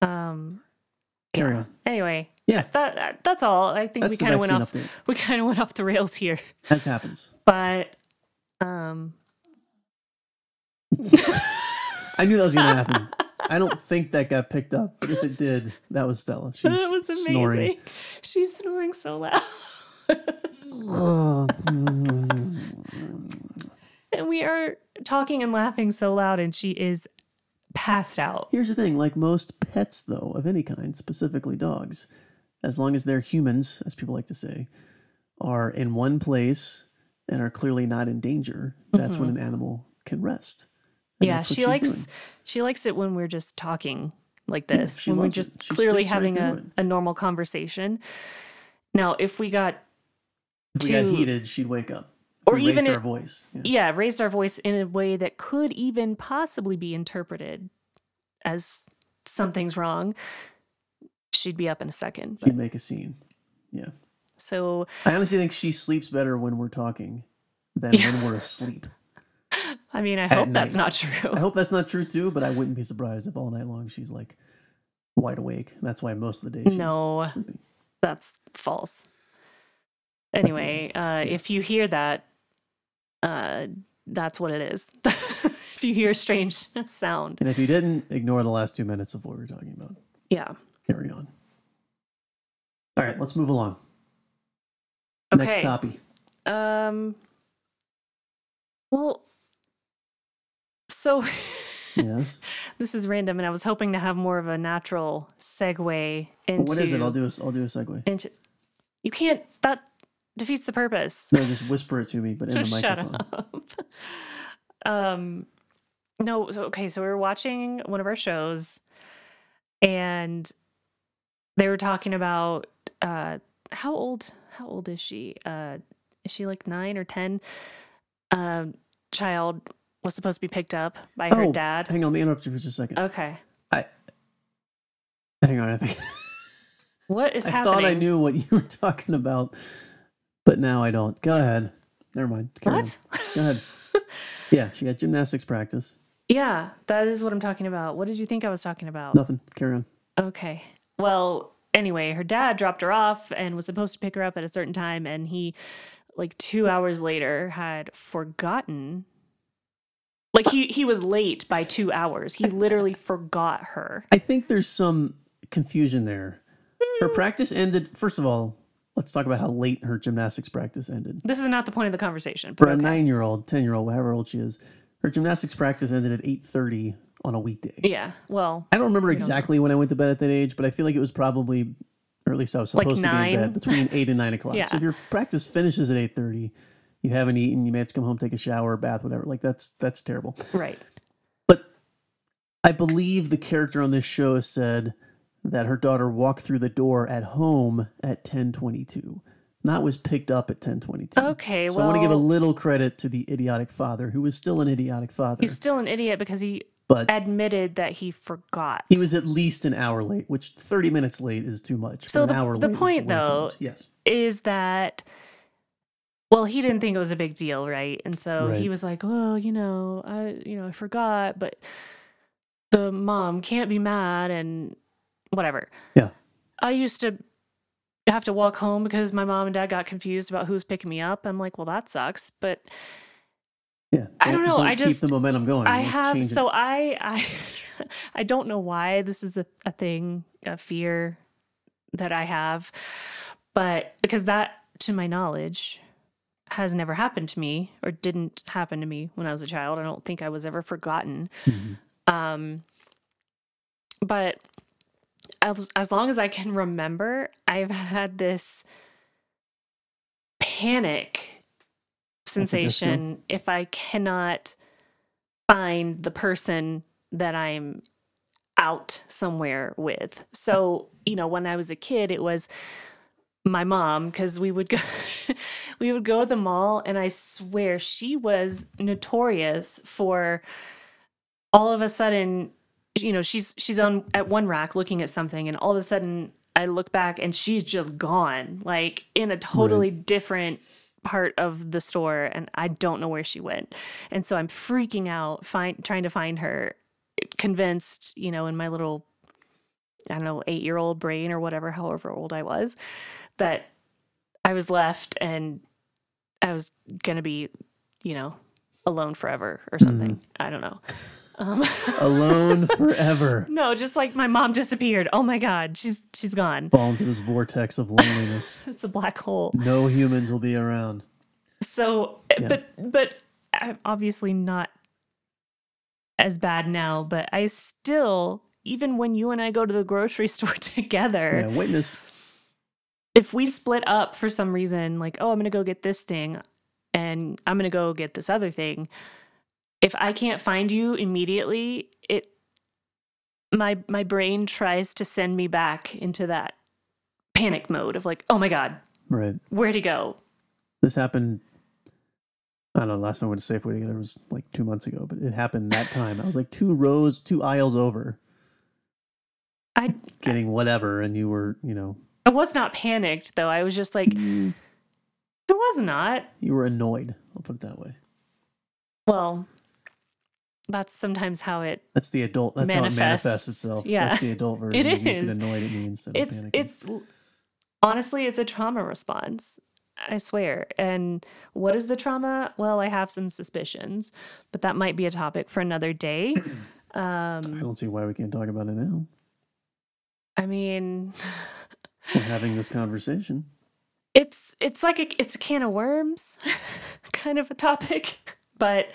B: Um.
A: Carry
B: yeah.
A: on.
B: Anyway,
A: Yeah,
B: that, that that's all. I think
A: that's
B: we
A: the
B: kind of went
A: vaccine
B: off.
A: update.
B: We kind of went off the rails here,
A: As happens.
B: but um.
A: I knew that was going to happen. I don't think that got picked up, but if it did, that was Stella. She's
B: That was amazing.
A: snoring.
B: She's snoring so loud.
A: Oh, mm.
B: and we are talking and laughing so loud, and she is passed out.
A: Here's the thing: like most pets, though of any kind, specifically dogs, as long as they're humans, as people like to say, are in one place and are clearly not in danger, that's when an animal can rest. And
B: Mm-hmm. yeah,
A: that's what
B: she
A: she's
B: likes
A: doing.
B: she likes it when we're just talking like this,
A: she
B: when we're
A: loves it.
B: just
A: She
B: clearly
A: sleeps right
B: having
A: through
B: a,
A: it.
B: a normal conversation. Now, if we got
A: If we got
B: to-
A: heated, she'd wake up.
B: Or
A: we
B: even e-
A: raised
B: it-
A: our voice. Yeah.
B: yeah, raised our voice in a way that could even possibly be interpreted as something's wrong, she'd be up in a second.
A: She'd make a scene.
B: So
A: I honestly think she sleeps better when we're talking than when we're asleep.
B: I mean, I hope that's
A: night.
B: not
A: I
B: true.
A: hope that's not true too, but I wouldn't be surprised if all night long she's like wide awake. That's why most of the day she's
B: No,
A: sleeping.
B: that's false. Anyway, uh,
A: Yes.
B: if you hear that, uh, that's what it is. if you hear a strange sound,
A: And if you didn't, ignore the last two minutes of what we were talking about.
B: yeah.
A: Carry on. All right, let's move along.
B: Okay.
A: Next topic.
B: Um. Well, so
A: Yes.
B: this is random, and I was hoping to have more of a natural segue into
A: But what is it? I'll do a, I'll do a segue.
B: into- you can't. That defeats the purpose.
A: No, just whisper it to me, but in the
B: Shut
A: microphone.
B: up. um, no. So okay. So we were watching one of our shows, and they were talking about uh, how old? How old is she? Uh, is she like nine or ten? Um, child was supposed to be picked up by her
A: Oh,
B: dad.
A: Hang on, let me interrupt you for just a second.
B: Okay.
A: Hang on, I think
B: What is
A: I
B: happening?
A: thought I knew what you were talking about, but now I don't. Go ahead. Never mind. Carry on.
B: What?
A: Go ahead. yeah, she had gymnastics practice.
B: yeah, that is what I'm talking about. What did you think I was talking about?
A: Nothing. Carry on.
B: Okay. Well, anyway, her dad dropped her off and was supposed to pick her up at a certain time. And he, like two hours later, had forgotten. Like he, he was late by two hours. He literally forgot her.
A: I think there's some confusion there. Her practice ended. First of all, let's talk about how late her gymnastics practice ended.
B: This is not the point of the conversation.
A: For
B: But
A: a
B: okay.
A: nine-year-old, ten-year-old, whatever old she is, her gymnastics practice ended at eight thirty on a weekday.
B: Yeah. Well,
A: I don't remember
B: don't know.
A: exactly when I went to bed at that age, but I feel like it was probably, or at least I was
B: Like
A: supposed to be in
B: nine?
A: bed between eight and nine o'clock. So
B: Yeah.
A: if your practice finishes at eight thirty, you haven't eaten, you may have to come home, take a shower, bath, whatever. Like that's that's terrible.
B: right.
A: But I believe the character on this show said that her daughter walked through the door at home at ten twenty two. Not was picked up at ten twenty two.
B: Okay.
A: So
B: well,
A: I want to give a little credit to the idiotic father, who was still an idiotic father,
B: he's still an idiot because he
A: but
B: admitted that he forgot.
A: He was at least an hour late, which 30 minutes late is too much.
B: So
A: An
B: the-
A: hour
B: the
A: late is
B: point,
A: way too
B: though,
A: much. yes.
B: is that well he didn't think it was a big deal right and so
A: Right.
B: he was like well you know i you know i forgot but the mom can't be mad and whatever
A: Yeah.
B: i used to have to walk home because my mom and dad got confused about who was picking me up i'm like well that sucks but
A: Yeah.
B: I don't know, I
A: keep
B: just-
A: the momentum going.
B: I
A: Like,
B: have
A: change it.
B: so I I I don't know why this is a, a thing, a fear that I have, but because that to my knowledge has never happened to me or didn't happen to me when I was a child. I don't think I was ever forgotten.
A: Mhm.
B: Um but as as long as I can remember, I've had this panic sensation if I cannot find the person that I'm out somewhere with. So, you know, when I was a kid, it was my mom cuz we would go we would go to the mall and I swear she was notorious for all of a sudden, you know, she's she's on at one rack looking at something and all of a sudden I look back and she's just gone, like in a totally different part of the store and I don't know where she went. And so I'm freaking out find trying to find her convinced, you know, in my little I don't know, 8-year-old brain or whatever however old I was that I was left and I was going to be, you know, alone forever or something. I don't know. Um,
A: Alone forever.
B: no, just like my mom disappeared. Oh my god, she's she's gone.
A: Fall into this vortex of loneliness.
B: It's a black hole.
A: no humans will be around.
B: So, but but I'm obviously not as bad now, but I still even when you and I go to the grocery store together,
A: Yeah, witness.
B: if we split up for some reason, like, oh, I'm going to go get this thing and I'm going to go get this other thing, if I can't find you immediately, it my my brain tries to send me back into that panic mode of like, oh my god,
A: Right.
B: where'd he go?
A: This happened. I don't know. Last time I went to Safeway together was like two months ago, but it happened that time. I was like two rows, two aisles over,
B: I
A: getting whatever, and you were, you know,
B: I was not panicked though. I was just like, it was not.
A: you were annoyed. I'll put it that way.
B: Well, that's sometimes how it
A: That's the adult. That's how it manifests
B: Manifests.
A: itself.
B: Yeah.
A: that's the adult version.
B: It
A: You just
B: is.
A: get annoyed at me instead
B: it's
A: of panicking.
B: it's l- honestly it's a trauma response i swear and what is the trauma well i have some suspicions but that might be a topic for another day
A: I
B: um
A: don't see why we can't talk about it now.
B: i mean
A: We're having this conversation.
B: it's it's like a, it's a can of worms kind of a topic but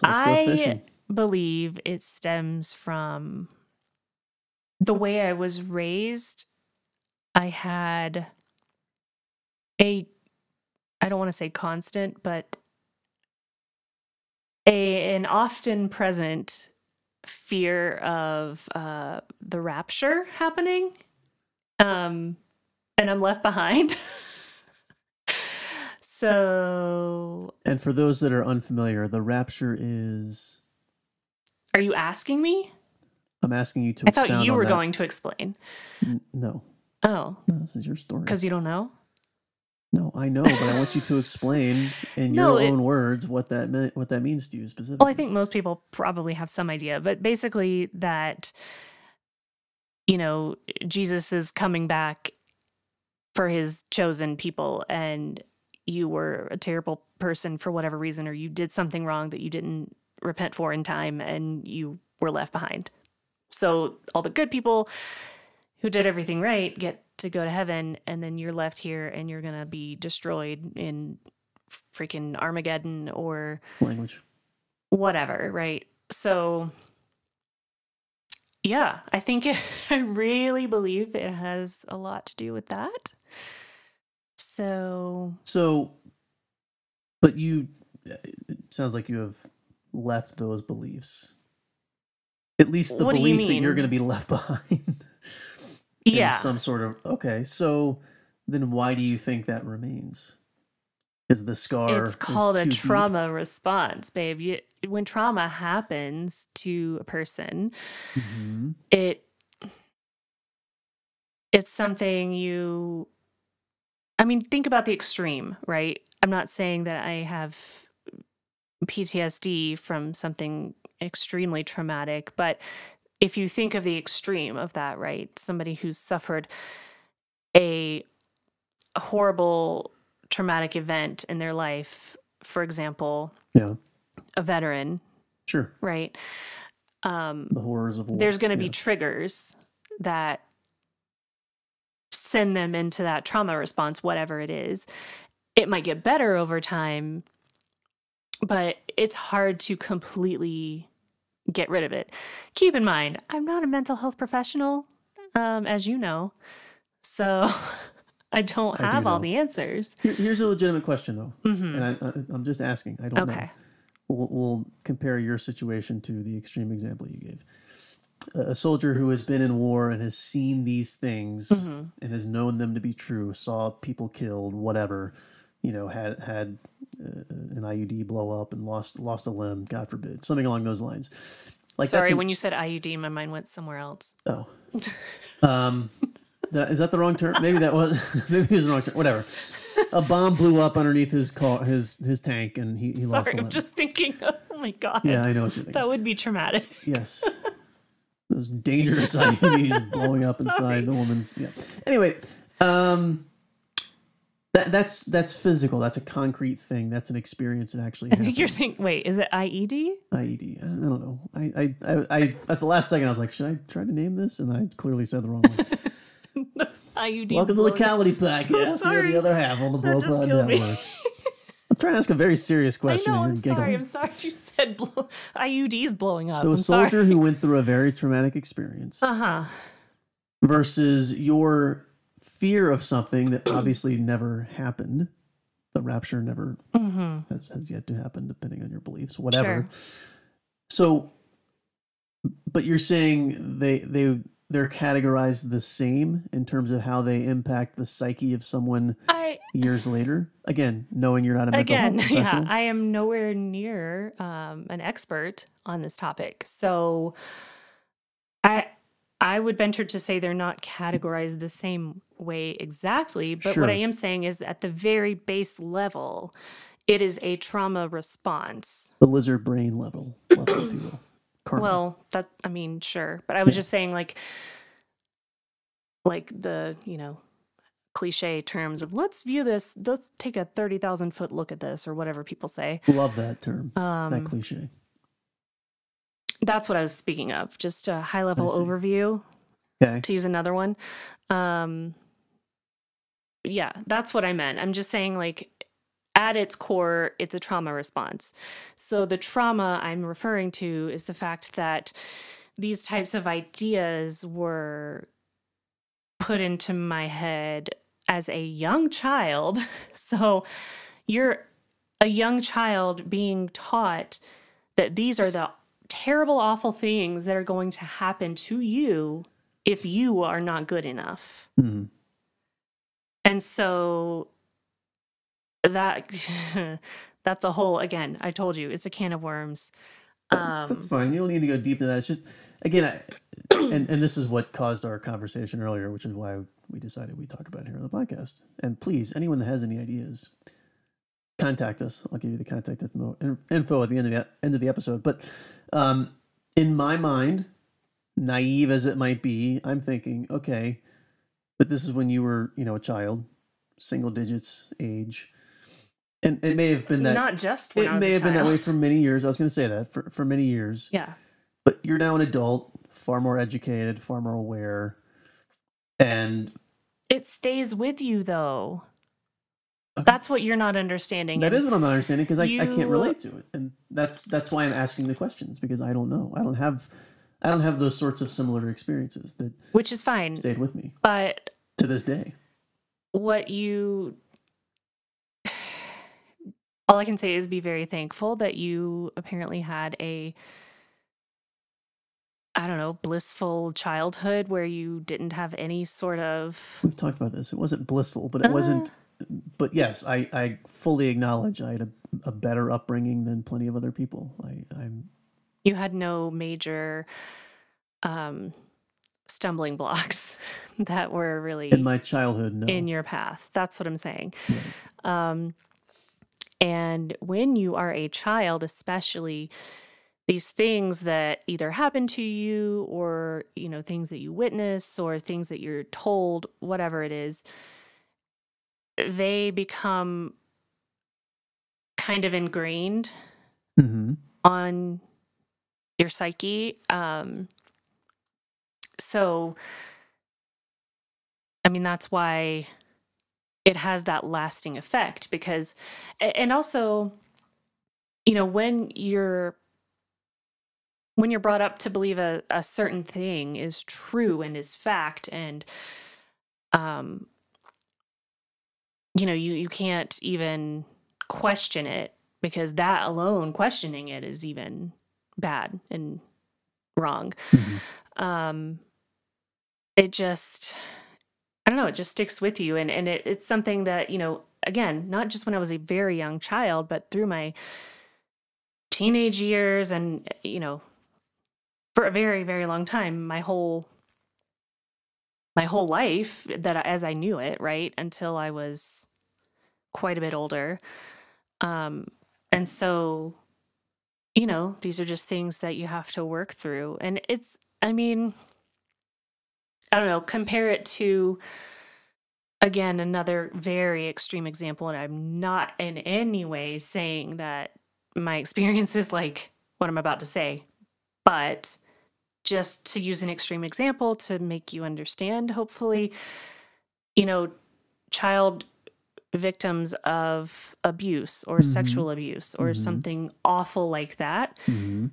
A: So let's
B: I-
A: go fishing.
B: believe it stems from the way I was raised. I had a, I don't want to say constant, but a an often present fear of uh, the rapture happening, um, and I'm left behind. so,
A: And for those that are unfamiliar, the rapture is.
B: are you asking me?
A: I'm asking you to.
B: I thought
A: expound
B: you
A: on
B: were
A: that.
B: going to explain.
A: N- No,
B: Oh,
A: no, this is your story.
B: because you don't know?
A: No, I know, but I want you to explain in
B: No,
A: your
B: it-
A: own words what that meant, what that means to you specifically.
B: Well, I think most people probably have some idea, but basically that you know, Jesus is coming back for his chosen people and you were a terrible person for whatever reason or you did something wrong that you didn't repent for in time and you were left behind. So all the good people who did everything right get to go to heaven and then you're left here and you're going to be destroyed in freaking Armageddon or
A: language.
B: whatever, right? So, yeah, I think it, I really believe it has a lot to do with that. So,
A: So, but you, it sounds like you have left those beliefs. At least the
B: What do you
A: belief that you're
B: mean?
A: going to be left behind. in
B: yeah,
A: some sort of okay. So then, why do you think that remains? Is the scar?
B: it's
A: is
B: called a
A: too deep?
B: trauma response, babe. You, when trauma happens to a person,
A: Mhm.
B: it it's something you i mean think about the extreme right i'm not saying that i have ptsd from something extremely traumatic but if you think of the extreme of that right somebody who's suffered a horrible traumatic event in their life for example
A: Yeah.
B: a veteran
A: Sure.
B: right um
A: The horrors of war.
B: there's going to be
A: Yeah.
B: triggers that send them into that trauma response, whatever it is. It might get better over time, but it's hard to completely get rid of it. Keep in mind, I'm not a mental health professional, um, as you know, so I
A: I
B: don't
A: do
B: have all
A: know.
B: the answers.
A: Here- here's a legitimate question though,
B: Mhm.
A: and I, I, I'm just asking. I don't know.
B: Okay.
A: we'll, we'll compare your situation to the extreme example you gave. A a soldier who has been in war and has seen these things
B: Mhm.
A: and has known them to be true, saw people killed, whatever, you know, had had uh, an IUD blow up and lost lost a limb, God forbid, something along those lines. Like
B: Sorry,
A: that's an-
B: when you said IUD, my mind went somewhere else.
A: Oh. Um, that, is that the wrong term? Maybe that was maybe it was the wrong term. Whatever. A bomb blew up underneath his car, his his tank, and he, he lost
B: Sorry,
A: a limb.
B: I'm just thinking, oh my God,
A: yeah, I know what you're thinking.
B: that would be traumatic.
A: Yes. Those dangerous IUDs blowing up
B: Sorry.
A: inside the woman's. Yeah. Anyway, um, that that's that's physical. That's a concrete thing. That's an experience that actually
B: I think you're
A: happened.
B: thinking, wait, is it E IED?
A: IED. I don't know. I, I I I at the last second I was like, should I try to name this? And I clearly said the wrong one.
B: That's E IUD.
A: Welcome to
B: blown
A: the Comedy Podcast. You're
B: sorry.
A: the other half on the
B: That
A: Blow
B: just
A: Pod
B: killed me.
A: Network. I'm trying to ask a very serious
B: I
A: question.
B: know.
A: and
B: I'm
A: you're
B: sorry.
A: giggling.
B: I'm sorry. You said blow, IUDs blowing up.
A: So
B: I'm
A: a soldier
B: sorry.
A: who went through a very traumatic experience.
B: Uh huh.
A: versus your fear of something that obviously never happened. The rapture never
B: hmm
A: has, has yet to happen, depending on your beliefs, whatever. So, but you're saying they they they're categorized the same in terms of how they impact the psyche of someone
B: I
A: years later. Again, knowing you're not a mental
B: again,
A: health
B: yeah,
A: professional.
B: I am nowhere near um, an expert on this topic, so I I would venture to say they're not categorized the same way exactly. But
A: Sure.
B: what I am saying is, at the very base level, it is a trauma response.
A: the lizard brain level, level if you will. Karma.
B: Well, that I mean, sure, but I was just saying like like the, you know, cliche terms of let's view this, let's take a 30,000 foot look at this or whatever people say.
A: Love that term, that
B: Um
A: cliche.
B: that's what I was speaking of, just a high level
A: see.
B: overview
A: Okay.
B: to use another one. Um yeah, that's what I meant. I'm just saying like at its core, it's a trauma response. So the trauma I'm referring to is the fact that these types of ideas were put into my head as a young child. So you're a young child being taught that these are the terrible, awful things that are going to happen to you if you are not good enough.
A: Hmm.
B: And so that that's a whole again, I told you, it's a can of worms. Um
A: That's fine. You don't need to go deep into that. It's just again, I, and and this is what caused our conversation earlier, which is why we decided we talk about it here on the podcast. And please, anyone that has any ideas, contact us. I'll give you the contact info, info at the end of the end of the episode. But um, in my mind, naive as it might be, I'm thinking, okay, but this is when you were, you know, a child, single digits age, and it may have been that.
B: not just when I
A: it
B: was
A: may
B: a
A: have been that
B: child.
A: way for many years. I was going to say that for, for many years
B: Yeah.
A: but you're now an adult, far more educated, far more aware, and
B: It stays with you though.
A: Okay.
B: That's what you're not understanding.
A: that
B: and
A: is what I'm not understanding because I, I
B: You-
A: can't relate to it, and that's that's why I'm asking the questions because I don't know. I don't have I don't have those sorts of similar experiences that
B: which is fine.
A: stayed with me
B: But
A: to this day.
B: what you all I can say is be very thankful that you apparently had a I don't know, blissful childhood where you didn't have any sort of
A: We've talked about this. It wasn't blissful, but it
B: Uh.
A: wasn't. But yes, I, I fully acknowledge I had a, a better upbringing than plenty of other people. I, I'm
B: you had no major um stumbling blocks that were really
A: in my childhood. No,
B: in your path. That's what I'm saying. Um, and when you are a child, especially these things that either happen to you or, you know, things that you witness or things that you're told, whatever it is, they become kind of ingrained
A: hmm
B: on your psyche. Um, so, I mean, that's why it has that lasting effect because, a- and also, you know, when you're when you're brought up to believe a, a certain thing is true and is fact and um you know you you can't even question it because that alone questioning it is even bad and wrong
A: Mm-hmm.
B: um it just i don't know it just sticks with you and and it, it's something that you know again not just when i was a very young child but through my teenage years and you know for a very very long time my whole my whole life that I- as i knew it right until i was quite a bit older um and so you know these are just things that you have to work through and it's i mean i don't know compare it to again another very extreme example and i'm not in any way saying that my experience is like what i'm about to say but just to use an extreme example to make you understand hopefully you know child victims of abuse or
A: Mhm.
B: sexual abuse or
A: Mhm.
B: something awful like that
A: hmm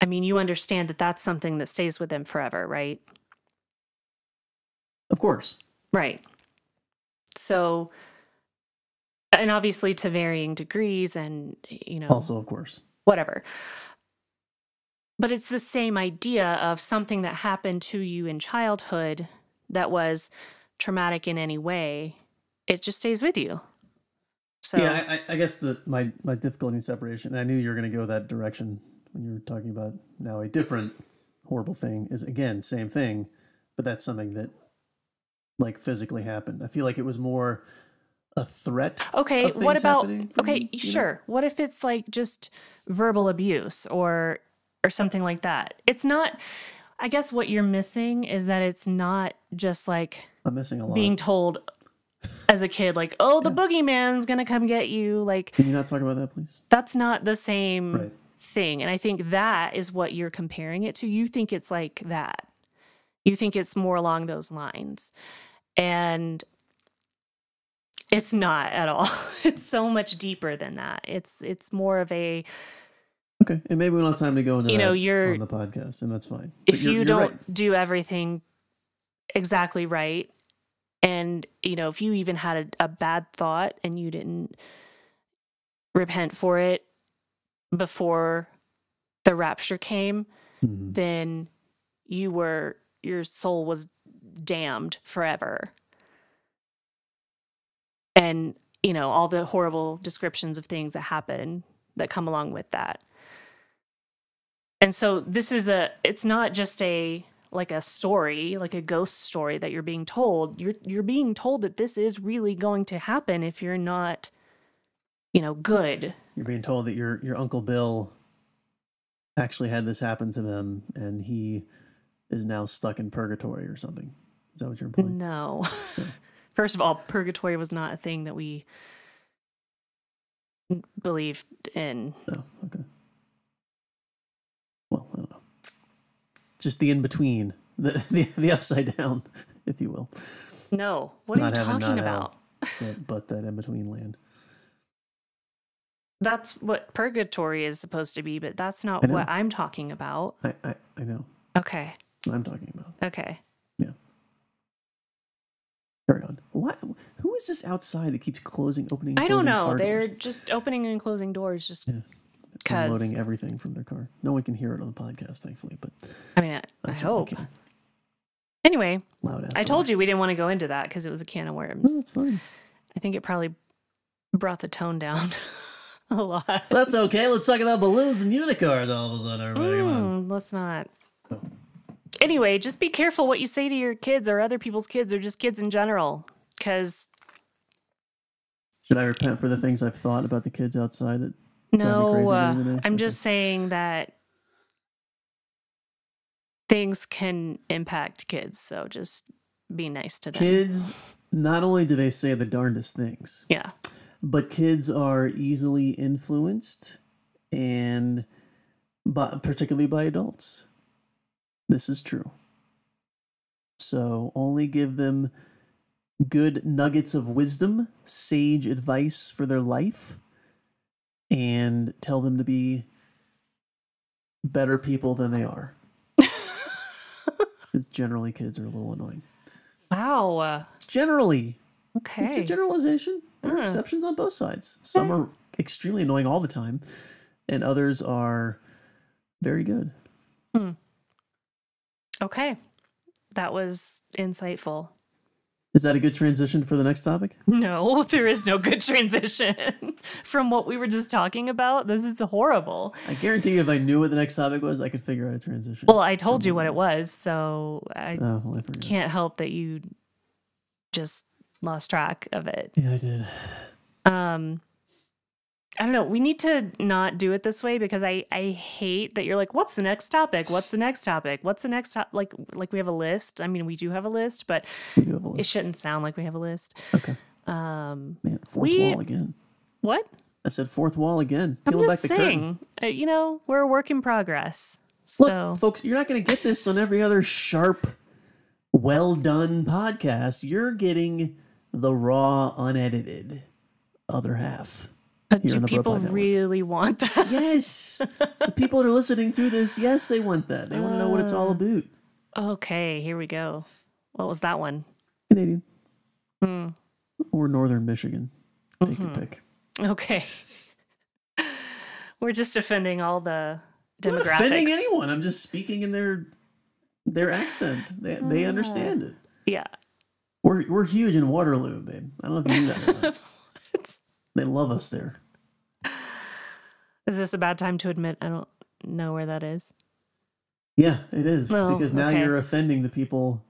B: i mean you understand that that's something that stays with them forever right
A: of course.
B: Right. So, and obviously to varying degrees and, you know,
A: Also, of course.
B: whatever. But it's the same idea of something that happened to you in childhood that was traumatic in any way. It just stays with you. So
A: yeah, I, I- I guess the my my difficulty in separation. I knew you were going to go that direction when you were talking about now a different horrible thing is again same thing, but that's something that like physically happened. I feel like it was more a threat.
B: okay,
A: of
B: what
A: things
B: about
A: happening for you,
B: okay,
A: you know?
B: sure. What if it's like just verbal abuse or or something like that? It's not I guess what you're missing is that it's not just like
A: I'm missing a lot.
B: being told as a kid like, "Oh, the boogeyman's going to come get you." Like
A: Can you not talk about that, please?
B: that's not the same
A: Right.
B: thing. And I think that is what you're comparing it to. You think it's like that. You think it's more along those lines. And it's not at all. It's so much deeper than that. It's it's more of a
A: Okay, and maybe we don't have time to go into
B: You
A: that
B: know, you're-
A: on the podcast, and that's fine. But
B: if
A: you're-
B: you
A: you're
B: don't
A: right.
B: do everything exactly right and you know if you even had a, a bad thought and you didn't repent for it before the rapture came
A: Mhm.
B: then you were your soul was damned forever and you know all the horrible descriptions of things that happen that come along with that and so this is a it's not just a like a story like a ghost story that you're being told you're you're being told that this is really going to happen if you're not you know good
A: You're being told that your your uncle Bill actually had this happen to them, and he is now stuck in purgatory or something. Is that what you're implying?
B: No. First of all, purgatory was not a thing that we believed in.
A: No. Oh, Okay. Well, I don't know. Just the in between, the, the the upside down, if you will.
B: No. What are
A: Not
B: you
A: heaven,
B: talking
A: not hell.
B: about?
A: But, but that in between land.
B: That's what purgatory is supposed to be, but that's
A: I
B: not
A: know.
B: what I'm talking about.
A: I I, I know
B: Okay.
A: what I'm talking about.
B: Okay.
A: Carry on. Why? Who is this outside that keeps closing, opening? and
B: I don't
A: closing
B: know.
A: car
B: They're
A: doors?
B: just opening and closing doors just
A: Yeah.
B: because.
A: unloading everything from their car. No one can hear it on the podcast, thankfully, but
B: I mean, I,
A: I
B: I
A: certainly
B: hope.
A: can.
B: Anyway,
A: Loud ass.
B: I told you we didn't want to go into that because it was a can of worms.
A: That's fine.
B: I think it probably brought the tone down a lot.
A: That's okay. Let's talk about balloons and unicorns all of a sudden. Everybody, come on.
B: Mm, let's not. Anyway, just be careful what you say to your kids or other people's kids or just kids in general. Because,
A: Should I repent for the things I've thought about the kids outside that
B: no,
A: crazy
B: uh,
A: during the day?
B: I'm
A: Okay.
B: just saying that things can impact kids. So just be nice to them.
A: kids not only do they say the darndest things,
B: Yeah.
A: but kids are easily influenced and by, particularly by adults this is true so only give them good nuggets of wisdom sage advice for their life and tell them to be better people than they are because generally kids are a little annoying
B: Wow. uh,
A: generally it's a
B: Okay.
A: generalization. There are
B: Huh.
A: exceptions on both sides. Some are extremely annoying all the time, and others are very good.
B: Okay. That was insightful.
A: Is that a good transition for the next topic?
B: No, there is no good transition from what we were just talking about. This is horrible.
A: I guarantee you, if I knew what the next topic was, I could figure out a transition.
B: Well, I told you what
A: Mm.
B: it was, so I
A: oh, well, I forgot.
B: can't help that you just lost track of it.
A: Yeah, I did.
B: Um I don't know. We need to not do it this way because I I hate that you're like, what's the next topic? What's the next topic? What's the next top like like we have a list. I mean, we do have a list, but
A: We do have a
B: it
A: list.
B: shouldn't sound like we have a list.
A: Okay.
B: Um
A: Man, fourth
B: we-
A: wall again.
B: what?
A: I said fourth wall again.
B: I'm
A: Peeling back
B: just
A: the curtain.
B: saying, uh, you know, we're a work in progress.
A: Look,
B: So
A: folks, you're not going to get this on every other sharp, well done podcast. You're getting the raw, unedited other half.
B: but
A: here
B: do
A: on the Bro
B: people
A: Pod Network.
B: really want that?
A: Yes. the people that are listening to this, yes, they want that. They want to know what it's
B: Uh.
A: all about.
B: Okay, here we go. What was that one?
A: Canadian.
B: Hmm.
A: Or Northern Michigan.
B: Mm-hmm.
A: Take your pick.
B: Okay. We're just offending all the
A: I'm not offending
B: demographics.
A: anyone. I'm just speaking in their their accent. They, they
B: Ah.
A: understand it.
B: Yeah.
A: We're we're huge in Waterloo, babe. I don't know if you knew that. or not.
B: It's-
A: they love us there.
B: is this a bad time to admit I don't know where that is?
A: Yeah, it is
B: Well,
A: because now
B: okay.
A: you're offending the people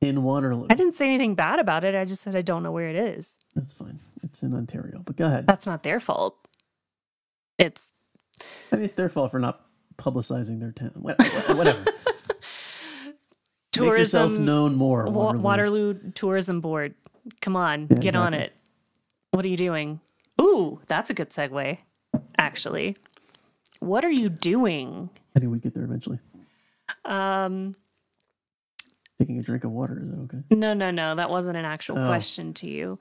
A: in Waterloo.
B: I didn't say anything bad about it. I just said I don't know where it is.
A: That's fine. It's in Ontario. But go ahead.
B: That's not their fault. It's
A: I mean, it's their fault for not publicizing their town. Wha- wha- Whatever. Make yourself
B: tourism.
A: known more.
B: Wa-
A: Waterloo.
B: Waterloo. Tourism Board. Come on,
A: Yeah,
B: get on
A: exactly.
B: it. What are you doing? Ooh, that's a good segue, actually. What are you doing?
A: I think we get there eventually.
B: Um,
A: Taking a drink of water. Is that okay?
B: no, no, no. That wasn't an actual
A: Oh.
B: question to you.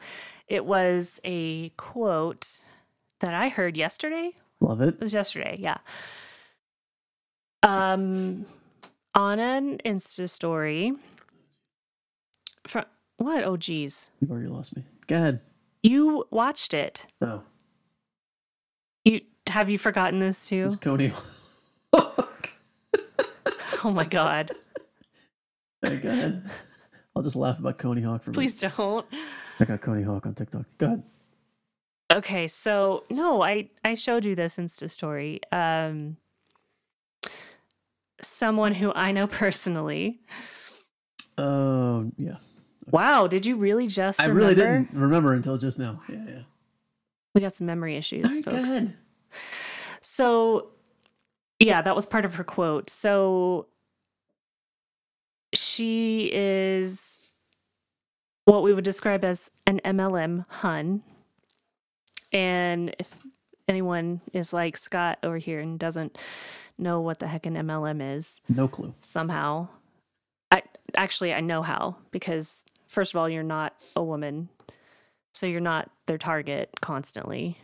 B: It was a quote that I heard yesterday.
A: Love it.
B: It was yesterday, yeah. Um, on an Insta story from what? Oh, geez,
A: You've already lost me. Go ahead. Oh,
B: you watched it.
A: No,
B: You have you forgotten this too?
A: it's Coney.
B: Oh my god.
A: Hey, go ahead. I'll just laugh about Coney Hawk for
B: Please don't.
A: me. Check out Coney Hawk on TikTok. Go ahead.
B: Okay, so no, I I showed you this Insta story. Um someone who I know personally.
A: Oh yeah,
B: Wow, did you really just
A: I
B: remember?
A: really didn't remember until just now. Yeah, yeah.
B: We got some memory issues,
A: Alright, go
B: folks.
A: ahead.
B: So, yeah, that was part of her quote. So, she is what we would describe as an MLM hun. And if anyone is like Scott over here and doesn't know what the heck an MLM is,
A: No clue.
B: somehow. I actually I know how because first of all, you're not a woman, so you're not their target constantly.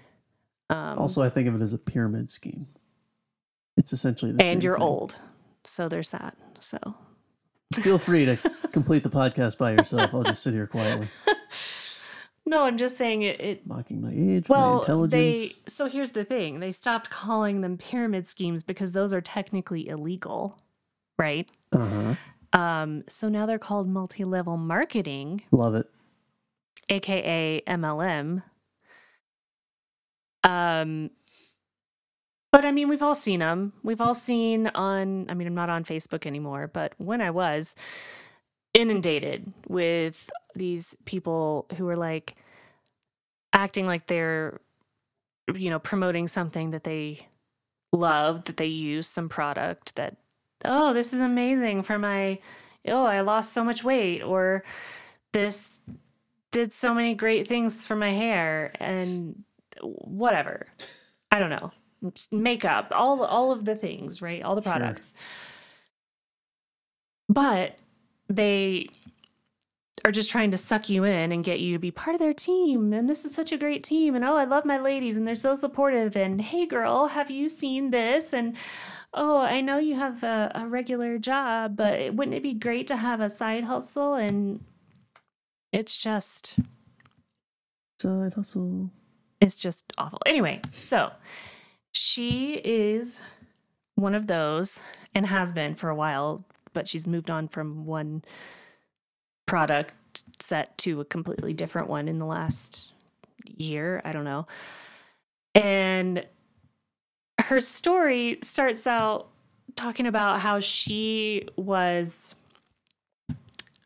B: Um,
A: Also, I think of it as a pyramid scheme. It's essentially the same.
B: and you're
A: thing.
B: old, so there's that. So
A: Feel free to complete the podcast by yourself. I'll just sit here quietly,
B: no, I'm just saying it. it
A: mocking my age, my
B: well, they
A: intelligence.
B: so here's the thing: they stopped calling them pyramid schemes because those are technically illegal, right?
A: Uh-huh.
B: Um, so now they're called multi-level marketing.
A: Love it.
B: aka MLM. Um, but I mean, we've all seen them. We've all seen on. I mean, I'm not on Facebook anymore, but when I was inundated with these people who were like acting like they're, you know, promoting something that they love, that they use some product that, oh, this is amazing for my, oh, I lost so much weight, or this did so many great things for my hair and whatever. I don't know. Makeup, all all of the things, right? All the
A: Sure.
B: products. But they are just trying to suck you in and get you to be part of their team and this is such a great team and oh I love my ladies and they're so supportive and hey girl, have you seen this and oh, I know you have a, a regular job, but it- wouldn't it be great to have a side hustle and it's just
A: Side hustle.
B: it's just awful. Anyway, so she is one of those and has been for a while, but she's moved on from one product set to a completely different one in the last year. I don't know. And her story starts out talking about how she was, uh,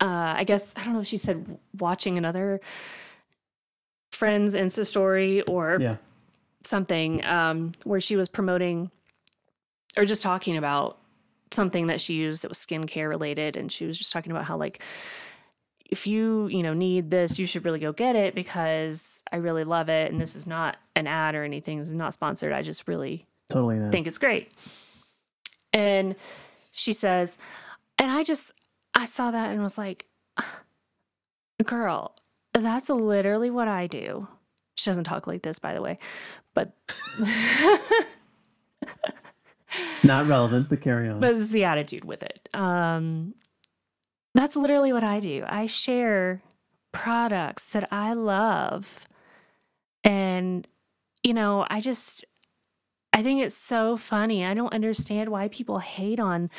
B: I guess, I don't know if she said watching another friend's Insta story or
A: Yeah.
B: something um, where she was promoting or just talking about something that she used that was skincare related and she was just talking about how like if you you know need this you should really go get it because i really love it and this is not an ad or anything this is not sponsored i just really
A: Totally. Not.
B: think it's great. And she says, and I just I saw that and was like, girl, that's literally what I do. She doesn't talk like this, by the way, but
A: Not relevant, but carry on.
B: but it's the attitude with it. Um, that's literally what I do. I share products that I love, and you know, I just I think it's so funny. I don't understand why people hate on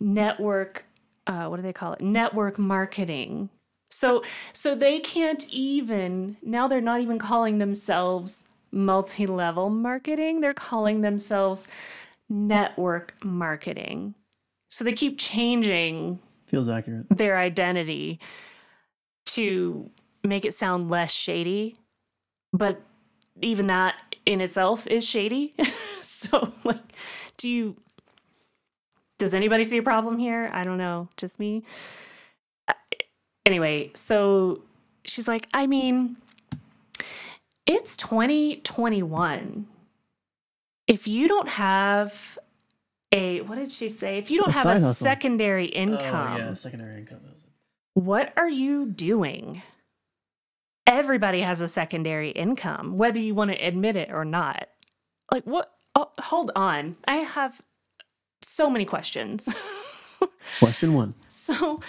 B: network. Uh, what do they call it? Network marketing. So so they can't even now. They're not even calling themselves multi-level marketing. They're calling themselves network marketing. So they keep changing
A: Feels accurate.
B: their identity to make it sound less shady. But even that in itself is shady. so, like, do you, does anybody see a problem here? I don't know, just me. Uh, Anyway, so she's like, I mean, it's 2021. If you don't have a, what did she say? If you don't
A: A
B: have a
A: side hustle.
B: secondary income,
A: Oh, yeah, secondary income. that was it.
B: what are you doing? Everybody has a secondary income, whether you want to admit it or not. Like, what? Oh, hold on. I have so many questions.
A: Question one.
B: so,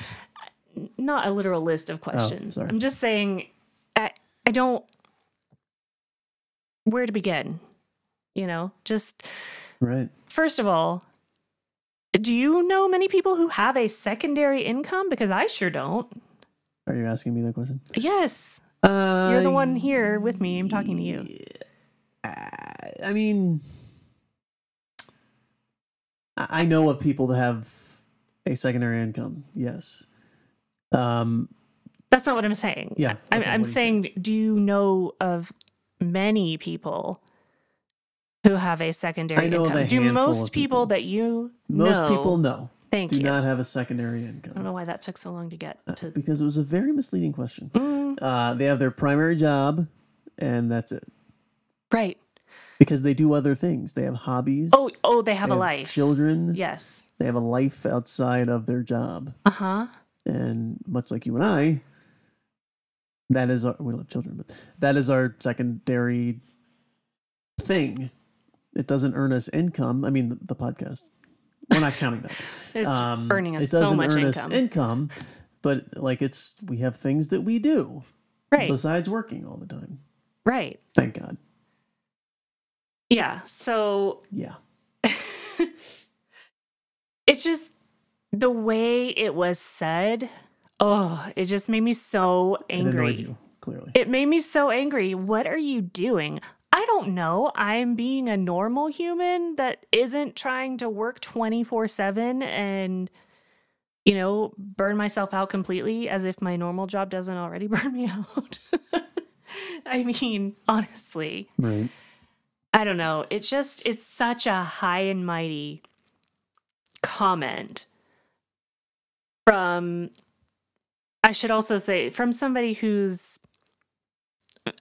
B: not a literal list of questions.
A: sorry.
B: I'm just saying, I, I don't. Where to begin? You know, just
A: Right.
B: first of all, do you know many people who have a secondary income? Because I sure don't.
A: Are you asking me that question?
B: Yes.
A: Uh,
B: You're the one here with me. I'm talking to you.
A: I- I mean, I I know of people that have a secondary income. Yes. Um.
B: That's not what I'm saying.
A: Yeah.
B: I'm,
A: okay,
B: I'm
A: what do you say?
B: saying, do you know of many people who have a secondary
A: I know of
B: income?
A: a
B: do
A: handful
B: most
A: of people.
B: people that you
A: most
B: know?
A: people no
B: Thank
A: do
B: you.
A: not have a secondary
B: I don't
A: income Uh,
B: know why that took so long to get to.
A: because it was a very misleading question.
B: Mm,
A: Uh, they have their primary job, and that's it.
B: right.
A: Because they do other things. They have hobbies.
B: Oh, oh, they have
A: they
B: a life.
A: Children.
B: Yes.
A: They have a life outside of their job.
B: Uh huh.
A: and much like you and I, that is our we love children, but that is our secondary thing. It doesn't earn us income. I mean, the, the podcast. We're not counting that.
B: It's
A: Um,
B: earning us
A: it
B: so
A: doesn't
B: much
A: earn
B: income.
A: us income, but like it's we have things that we do
B: right.
A: besides working all the time.
B: Right.
A: Thank God.
B: Yeah. So
A: Yeah.
B: it's just the way it was said. Oh, it just made me so
A: It
B: angry.
A: annoyed you clearly.
B: It made me so angry. What are you doing? I don't know. I'm being a normal human that isn't trying to work 24 7 and, you know, burn myself out completely as if my normal job doesn't already burn me out. I mean, honestly.
A: Right.
B: I don't know. It's just it's such a high and mighty comment from I should also say from somebody who's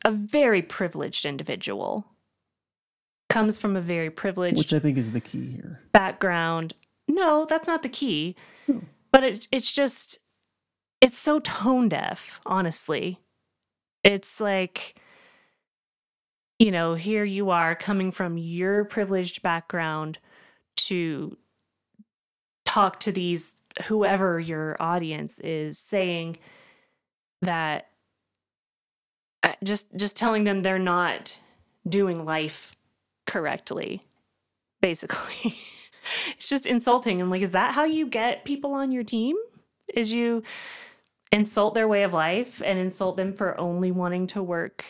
B: a very privileged individual. Comes from a very privileged
A: Which I think is the key here.
B: background. No, that's not the key.
A: No.
B: But it, it's just, it's so tone deaf, honestly. It's like, you know, here you are coming from your privileged background to talk to these, whoever your audience is, saying that uh, just just telling them they're not doing life correctly basically. it's just insulting. I'm like, is that how you get people on your team? Is you insult their way of life and insult them for only wanting to work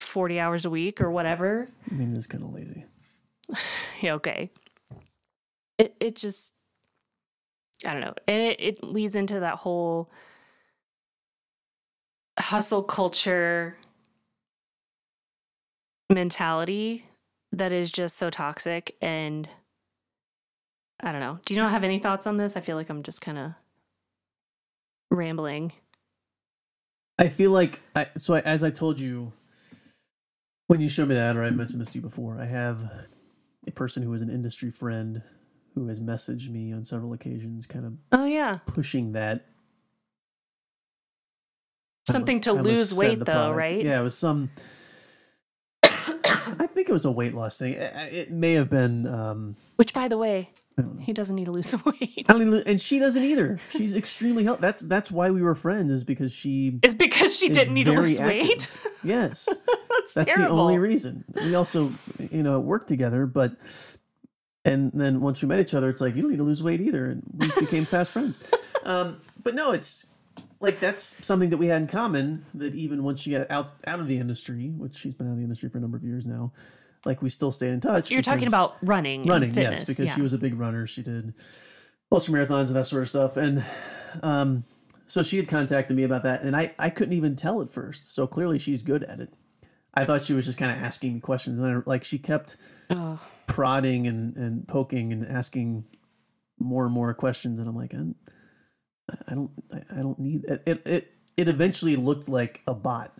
B: 40 hours a week or whatever?
A: I mean, it's kind of lazy.
B: Yeah, okay. It it just I don't know. And it, it leads into that whole hustle culture mentality that is just so toxic and I don't know. Do you not have any thoughts on this? I feel like I'm just kind of rambling.
A: I feel like I so I, as I told you when you showed me that, or I mentioned this to you before. I have a person who is an industry friend who has messaged me on several occasions, kind of
B: Oh yeah.
A: pushing that I
B: Something
A: was-
B: to
A: I was
B: lose
A: said
B: weight
A: the
B: though,
A: product.
B: right?
A: Yeah, it was some. I think it was a weight loss thing. I- I- It may have been. Um,
B: Which by the way,
A: I don't know.
B: he doesn't need to lose some weight.
A: I mean, and she doesn't either. She's extremely healthy. That's that's why we were friends. Is because she
B: It's because she
A: is
B: didn't need to
A: very
B: lose weight.
A: active. Yes,
B: That's,
A: That's
B: terrible.
A: the only reason. We also, you know, worked together, but and then once we met each other, it's like you don't need to lose weight either, and we became fast friends. Um, but no, it's like that's something that we had in common. That even once she got out out of the industry, which she's been out of the industry for a number of years now, like we still stay in touch.
B: You're talking
A: because-
B: about running. and
A: running,
B: fitness.
A: yes, because
B: yeah.
A: she was a big runner. She did ultra marathons and that sort of stuff, and um, so she had contacted me about that, and I I couldn't even tell at first. So clearly she's good at it. I thought she was just kind of asking me questions, and then like she kept
B: Oh,
A: prodding and and poking and asking more and more questions, and I'm like, I'm, I don't I, I don't need it. It it it eventually looked like a bot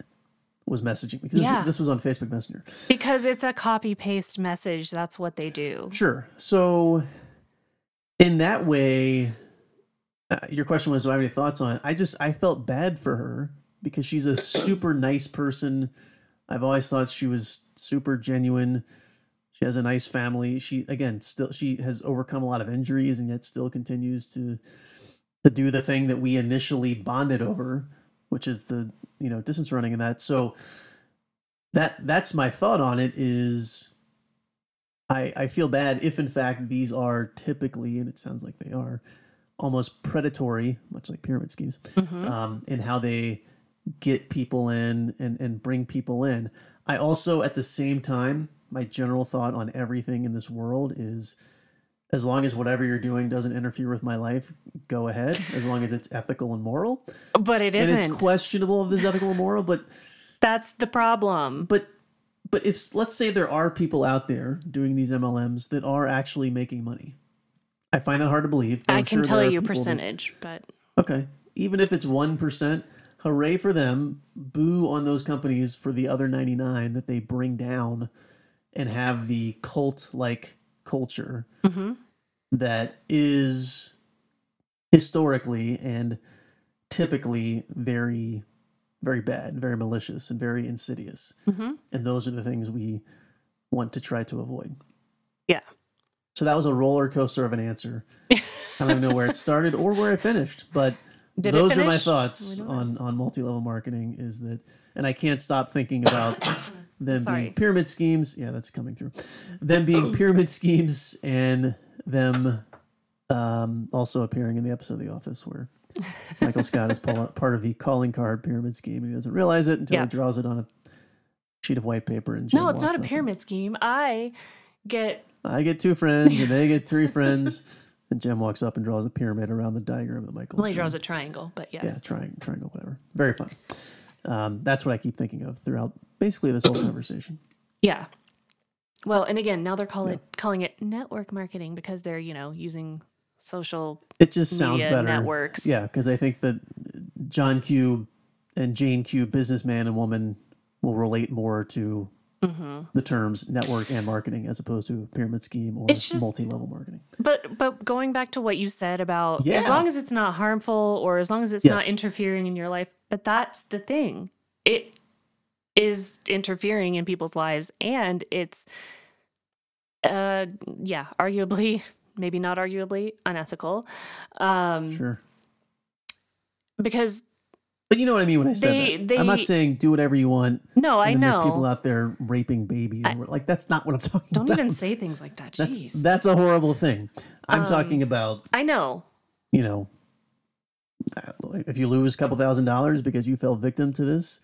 A: was messaging because
B: Yeah.
A: this was on Facebook Messenger.
B: because it's a copy paste message. That's what they do.
A: Sure. So, in that way, uh, your question was, "Do I have any thoughts on it?" I just I felt bad for her because she's a super nice person. I've always thought she was super genuine. She has a nice family. She again still she has overcome a lot of injuries and yet still continues to to do the thing that we initially bonded over, which is the you know distance running and that. So that that's my thought on it is I, I feel bad if, in fact, these are typically, and it sounds like they are, almost predatory, much like pyramid schemes,
B: Mhm.
A: um, in how they get people in and, and bring people in. I also, at the same time, my general thought on everything in this world is as long as whatever you're doing doesn't interfere with my life, go ahead, as long as it's ethical and moral.
B: But it isn't.
A: And it's questionable if it's ethical and moral, but
B: That's the problem.
A: but but if let's say there are people out there doing these MLMs that are actually making money, I find that hard to believe. but
B: i
A: I'm
B: can
A: sure
B: tell
A: there are
B: you
A: people that-
B: percentage, but
A: okay, even if it's one percent, hooray for them! Boo on those companies for the other ninety nine that they bring down and have the cult like culture
B: Mhm.
A: that is historically and typically very very bad and very malicious and very insidious
B: Mhm.
A: and those are the things we want to try to avoid
B: Yeah.
A: so that was a roller coaster of an answer i don't even know where it started or where i finished but
B: Did it
A: those are my
B: finish?
A: thoughts
B: We don't know.
A: on on multi-level marketing is that and i can't stop thinking about them
B: Sorry.
A: being pyramid schemes yeah that's coming through them being pyramid schemes and them um, also appearing in the episode of the office where michael scott is pa- part of the calling card pyramid scheme and he doesn't realize it until
B: Yeah.
A: he draws it on a sheet of white paper and Jim
B: no, it's
A: walks
B: not a
A: up and-
B: pyramid scheme. I get
A: i get two friends and they get three friends and jim walks up and draws a pyramid around the diagram that michael is
B: only
A: drawing.
B: draws a triangle, but yes.
A: Yeah, triangle, triangle, whatever. Very fun. Um, that's what I keep thinking of throughout basically this whole conversation.
B: Yeah. Well, and again, now they're call it, calling it network marketing because they're, you know, using social
A: It just sounds
B: media
A: better.
B: networks.
A: Yeah, because I think that John Q and Jane Q, businessman and woman, will relate more to the terms network and marketing as opposed to pyramid scheme or
B: It's just-
A: multi-level marketing.
B: But but going back to what you said about as
A: Yeah.
B: long as it's not harmful or as long as it's not
A: Yes.
B: interfering in your life, but that's the thing. It is interfering in people's lives and it's uh yeah, arguably, maybe not arguably unethical. Um
A: Sure.
B: because
A: But you know what I mean when I said
B: They-
A: that. I'm
B: they-
A: not saying do whatever you want.
B: no,
A: And
B: I
A: then There's people
B: know.
A: out there raping babies. and we're like that's not what I'm talking
B: Don't
A: about.
B: even say things like that.
A: that's
B: Jeez.
A: that's a horrible thing.
B: Um,
A: I'm talking about
B: I know.
A: you know, if you lose a couple thousand dollars because you fell victim to this,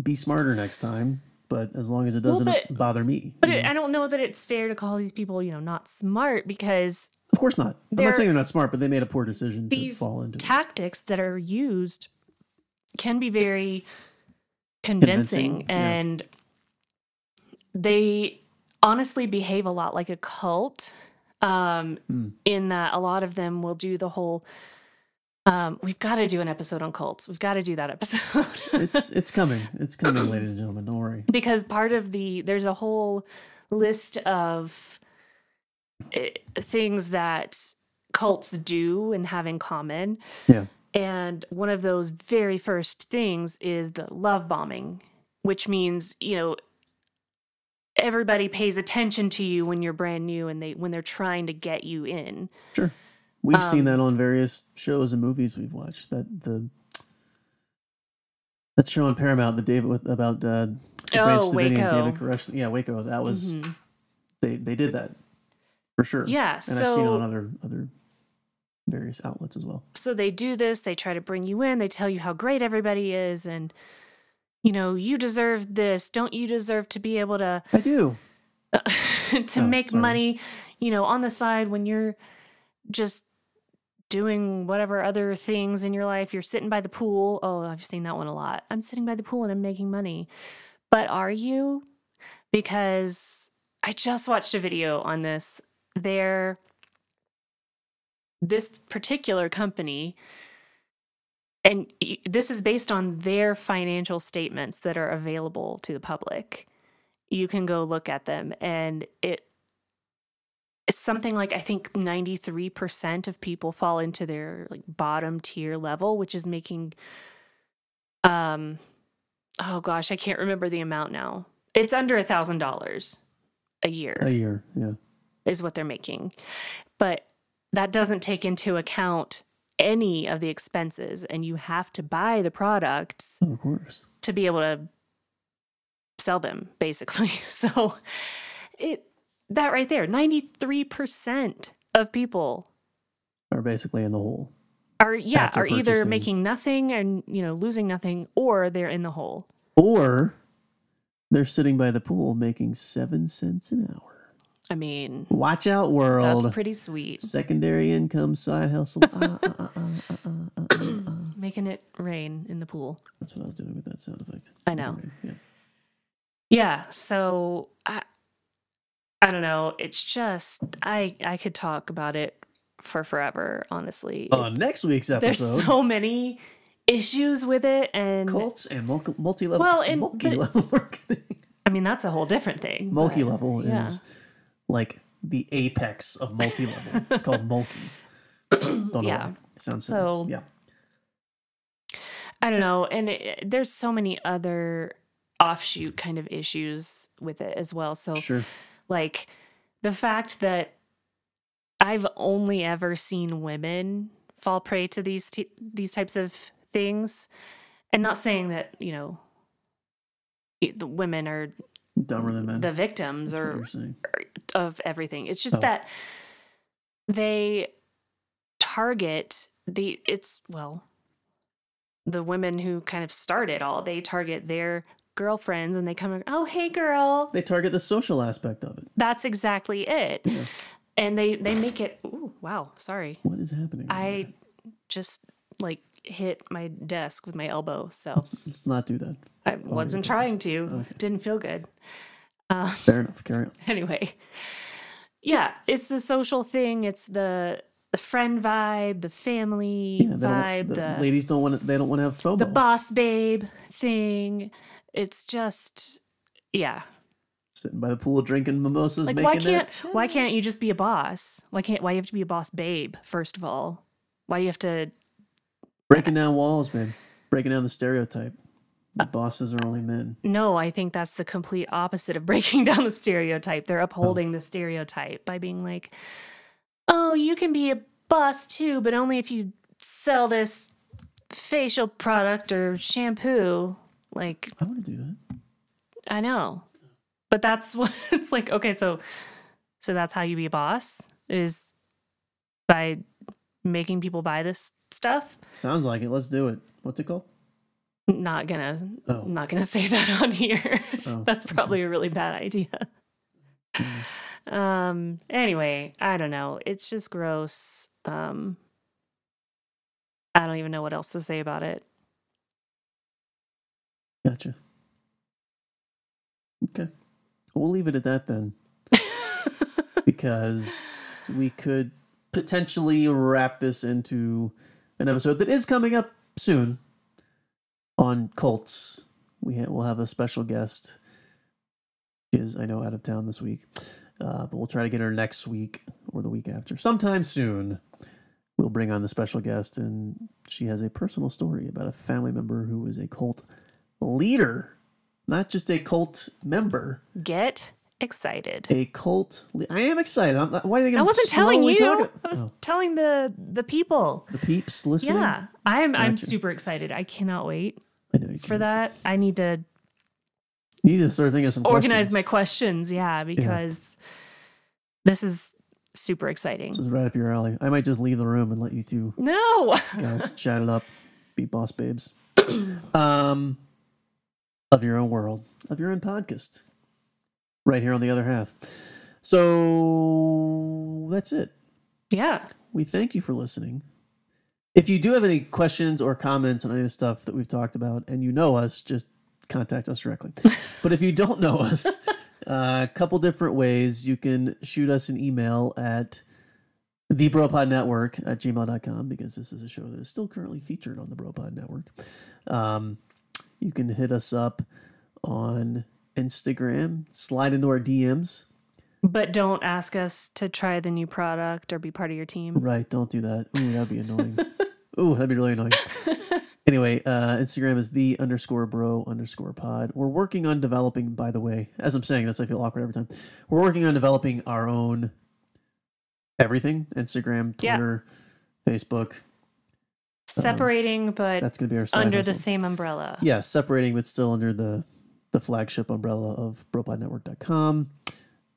A: be smarter next time. But as long as it doesn't
B: but-
A: bother me,
B: But it, I don't know that it's fair to call these people, you know, not smart because
A: of course not. I'm
B: There-
A: not saying they're not smart, but they made a poor decision to
B: these
A: fall into. it.
B: tactics that are used can be very convincing,
A: Convincing, yeah.
B: and they honestly behave a lot like a cult um,
A: Hmm.
B: in that a lot of them will do the whole um, we've got to do an episode on cults we've got to do that episode
A: it's it's coming. It's coming, ladies and gentlemen. Don't worry.
B: because part of the there's a whole list of eh, things that cults do and have in common
A: Yeah.
B: and one of those very first things is the love bombing, which means, you know, everybody pays attention to you when you're brand new and they when they're trying to get you in.
A: Sure. We've
B: Um,
A: seen that on various shows and movies we've watched. That the that show on Paramount, the David with about uh, The Branch
B: Oh,
A: Davidian
B: Waco.
A: David Koresh. Yeah, Waco. That was
B: Mhm.
A: they they did that for sure.
B: Yeah.
A: and I've seen it on
B: So,
A: other other various outlets as well.
B: so they do this. They try to bring you in. They tell you how great everybody is, and you know you deserve this. Don't you deserve to be able to
A: I do.
B: to
A: Oh,
B: make
A: sorry.
B: money, you know, on the side when you're just doing whatever other things in your life. You're sitting by the pool. Oh, I've seen that one a lot. I'm sitting by the pool and I'm making money. But are you? Because I just watched a video on this. There, this particular company, and y- this is based on their financial statements that are available to the public you can go look at them and it it's something like i think 93% of people fall into their like bottom tier level which is making um oh gosh i can't remember the amount now it's under a thousand dollars a year
A: A year. Yeah.
B: is what they're making. But that doesn't take into account any of the expenses, and you have to buy the products
A: Oh, of course.
B: to be able to sell them, basically. So it that right there, 93% of people
A: Are basically in the hole.
B: are yeah,
A: After
B: are either
A: purchasing.
B: making nothing and you know, losing nothing or they're in the hole.
A: Or they're sitting by the pool making seven cents an hour.
B: I mean,
A: Watch out, world.
B: that's pretty sweet.
A: Secondary income, side hustle. Ah, ah, ah, ah, ah, ah, ah, ah, ah.
B: Making it rain in the pool.
A: That's what I was doing with that sound effect.
B: I know.
A: Anyway, Yeah.
B: yeah so i i don't know it's just i i could talk about it for forever honestly
A: On next week's episode,
B: there's so many issues with it and
A: cults and multi level.
B: Well, and- but-
A: multi level marketing.
B: i mean that's a whole different thing but-
A: Multi level
B: yeah.
A: is like the apex of multi level. it's called multi. Don't know
B: Yeah.
A: why. It sounds silly.
B: So-
A: yeah.
B: I don't know. And it, there's so many other offshoot kind of issues with it as well. So,
A: Sure.
B: like, the fact that I've only ever seen women fall prey to these t- these types of things, and not saying that you know i- the women are
A: Dumber than men.
B: the victims
A: Mm-hmm. That's what
B: or
A: you're saying.
B: of everything. It's just
A: Oh.
B: that they target the it's well the women who kind of start it all. They target their girlfriends and they come and oh hey girl.
A: They target the social aspect of it.
B: That's exactly it.
A: Yeah.
B: And they they make it ooh, wow, sorry.
A: What is happening? over there?
B: I just like hit my desk with my elbow, so
A: Let's, let's not do that.
B: I wasn't trying to. Didn't feel good.
A: Fair enough. Carry on.
B: anyway yeah it's the social thing it's the the friend vibe the family
A: Yeah, they don't-
B: vibe
A: the
B: the,
A: ladies don't want to, they don't want to have FOMO.
B: the boss babe thing it's just yeah
A: Sitting by the pool drinking mimosas,
B: like
A: making
B: why can't
A: it.
B: why can't you just be a boss why can't why do you have to be a boss babe first of all why do you have to
A: breaking down walls, man. Breaking down the stereotype. The bosses are only men.
B: no i think that's the complete opposite of breaking down the stereotype they're upholding the stereotype by being like oh you can be a boss too but only if you sell this facial product or shampoo like
A: I want to do that.
B: i know but that's what it's like okay so so that's how you be a boss is by making people buy this stuff
A: Sounds like it. Let's do it. What's it called?
B: not gonna
A: Oh.
B: I'm not gonna say that on here.
A: Oh,
B: That's probably a really bad idea.
A: Mm.
B: um anyway, I don't know. It's just gross. Um I don't even know what else to say about it.
A: Gotcha. Okay. We'll leave it at that then. because we could potentially wrap this into an episode that is coming up soon on cults. We ha- will have a special guest. She is, I know, out of town this week, uh, but we'll try to get her next week or the week after. Sometime soon, we'll bring on the special guest, and she has a personal story about a family member who was a cult leader, not just a cult member
B: Get excited.
A: a cult. Le- I am excited. I'm not, why are they
B: I
A: gonna
B: wasn't telling
A: slowly
B: you.
A: talk-
B: I was
A: Oh,
B: telling the the people.
A: the peeps listening.
B: Yeah. I'm I'm
A: Gotcha.
B: super excited. I cannot wait
A: Mm. I know you
B: for
A: can.
B: that. I need to
A: You need to start thinking of some
B: organize
A: questions.
B: my questions. Yeah, because this is super exciting.
A: This is right up your alley. I might just leave the room and let you two
B: No.
A: guys chat it up, be boss babes. Um, of your own world, of your own podcast, right here on the other half. So that's it.
B: Yeah.
A: We thank you for listening. If you do have any questions or comments on any of the stuff that we've talked about and you know us, just contact us directly. but if you don't know us, uh, a couple different ways you can shoot us an email at the Bropod Network at gmail.com because this is a show that is still currently featured on the Bropod Network. Um, you can hit us up on Instagram, slide into our DMs.
B: But don't ask us to try the new product or be part of your team.
A: Right, don't do that. Ooh, that'd be annoying. Ooh, that'd be really annoying. anyway, uh, Instagram is the underscore bro underscore pod. We're working on developing, by the way, as I'm saying this, I feel awkward every time. We're working on developing our own everything Instagram,
B: Yeah.
A: Twitter, Facebook.
B: Separating, but
A: That's going to be our side
B: under the
A: hustle.
B: same umbrella.
A: Yeah, separating, but still under the, the flagship umbrella of bropodnetwork.com,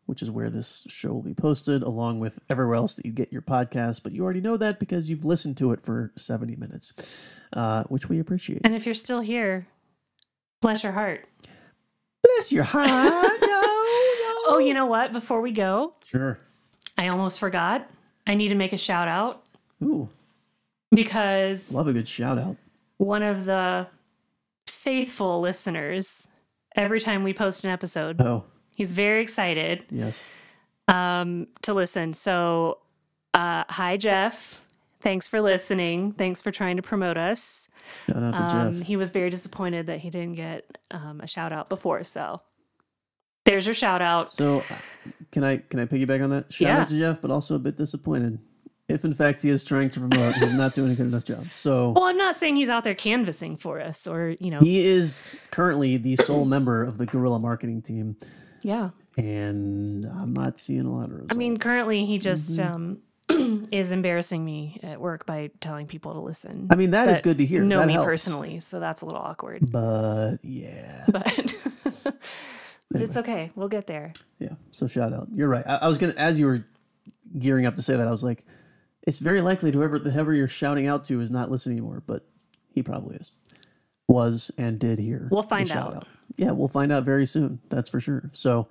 A: which is where this show will be posted, along with everywhere else that you get your podcast. But you already know that because you've listened to it for 70 minutes, uh, which we appreciate.
B: And if you're still here, bless your heart.
A: Bless your heart. no, no.
B: Oh, you know what? Before we go,
A: Sure.
B: I almost forgot. I need to make a shout out
A: Ooh,
B: because
A: love a good shout out.
B: one of the faithful listeners, every time we post an episode,
A: Oh,
B: he's very excited
A: yes.
B: um, to listen. So, uh, hi, Jeff. Thanks for listening. Thanks for trying to promote us.
A: Shout out to
B: Um,
A: Jeff.
B: he was very disappointed that he didn't get um, a shout out before. So, there's your shout out.
A: So, uh, can I can I piggyback on that? Shout out to Jeff, but also a bit disappointed. If in fact he is trying to promote, he's not doing a good enough job. So
B: Well, I'm not saying he's out there canvassing for us or, you know,
A: he is currently the sole member of the guerrilla marketing team,
B: yeah.
A: and I'm not seeing a lot of results.
B: I mean, currently he just
A: Mm-hmm.
B: um, is embarrassing me at work by telling people to listen.
A: I mean that is
B: that
A: good to hear.
B: know
A: That
B: me
A: helps.
B: personally, so that's a little awkward.
A: but yeah,
B: But but it's okay. We'll get there.
A: yeah. So shout out. You're right. I, I was gonna as you were gearing up to say that, I was like, it's very likely whoever whoever you're shouting out to is not listening anymore, but he probably is. Was and did hear.
B: We'll
A: the
B: find
A: shout
B: out.
A: Yeah, we'll find out very soon. That's for sure. So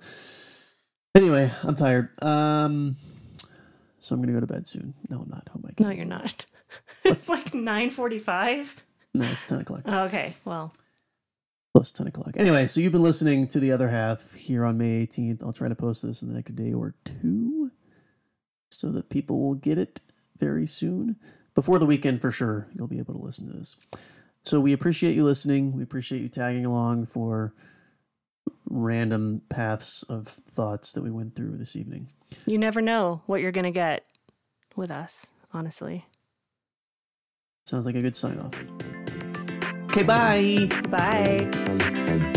A: anyway, I'm tired. Um so I'm gonna go to bed soon. No, I'm not. Oh my
B: No,
A: god.
B: you're not. it's like 9:45.
A: No, it's ten o'clock.
B: Okay. Well,
A: Close to ten o'clock. Anyway, so you've been listening to the other half here on May 18th. I'll try to post this in the next day or two so that people will get it very soon. Before the weekend, for sure, you'll be able to listen to this. So we appreciate you listening. We appreciate you tagging along for random paths of thoughts that we went through this evening.
B: you never know what you're going to get with us, honestly.
A: Sounds like a good sign off. Okay, bye.
B: Bye.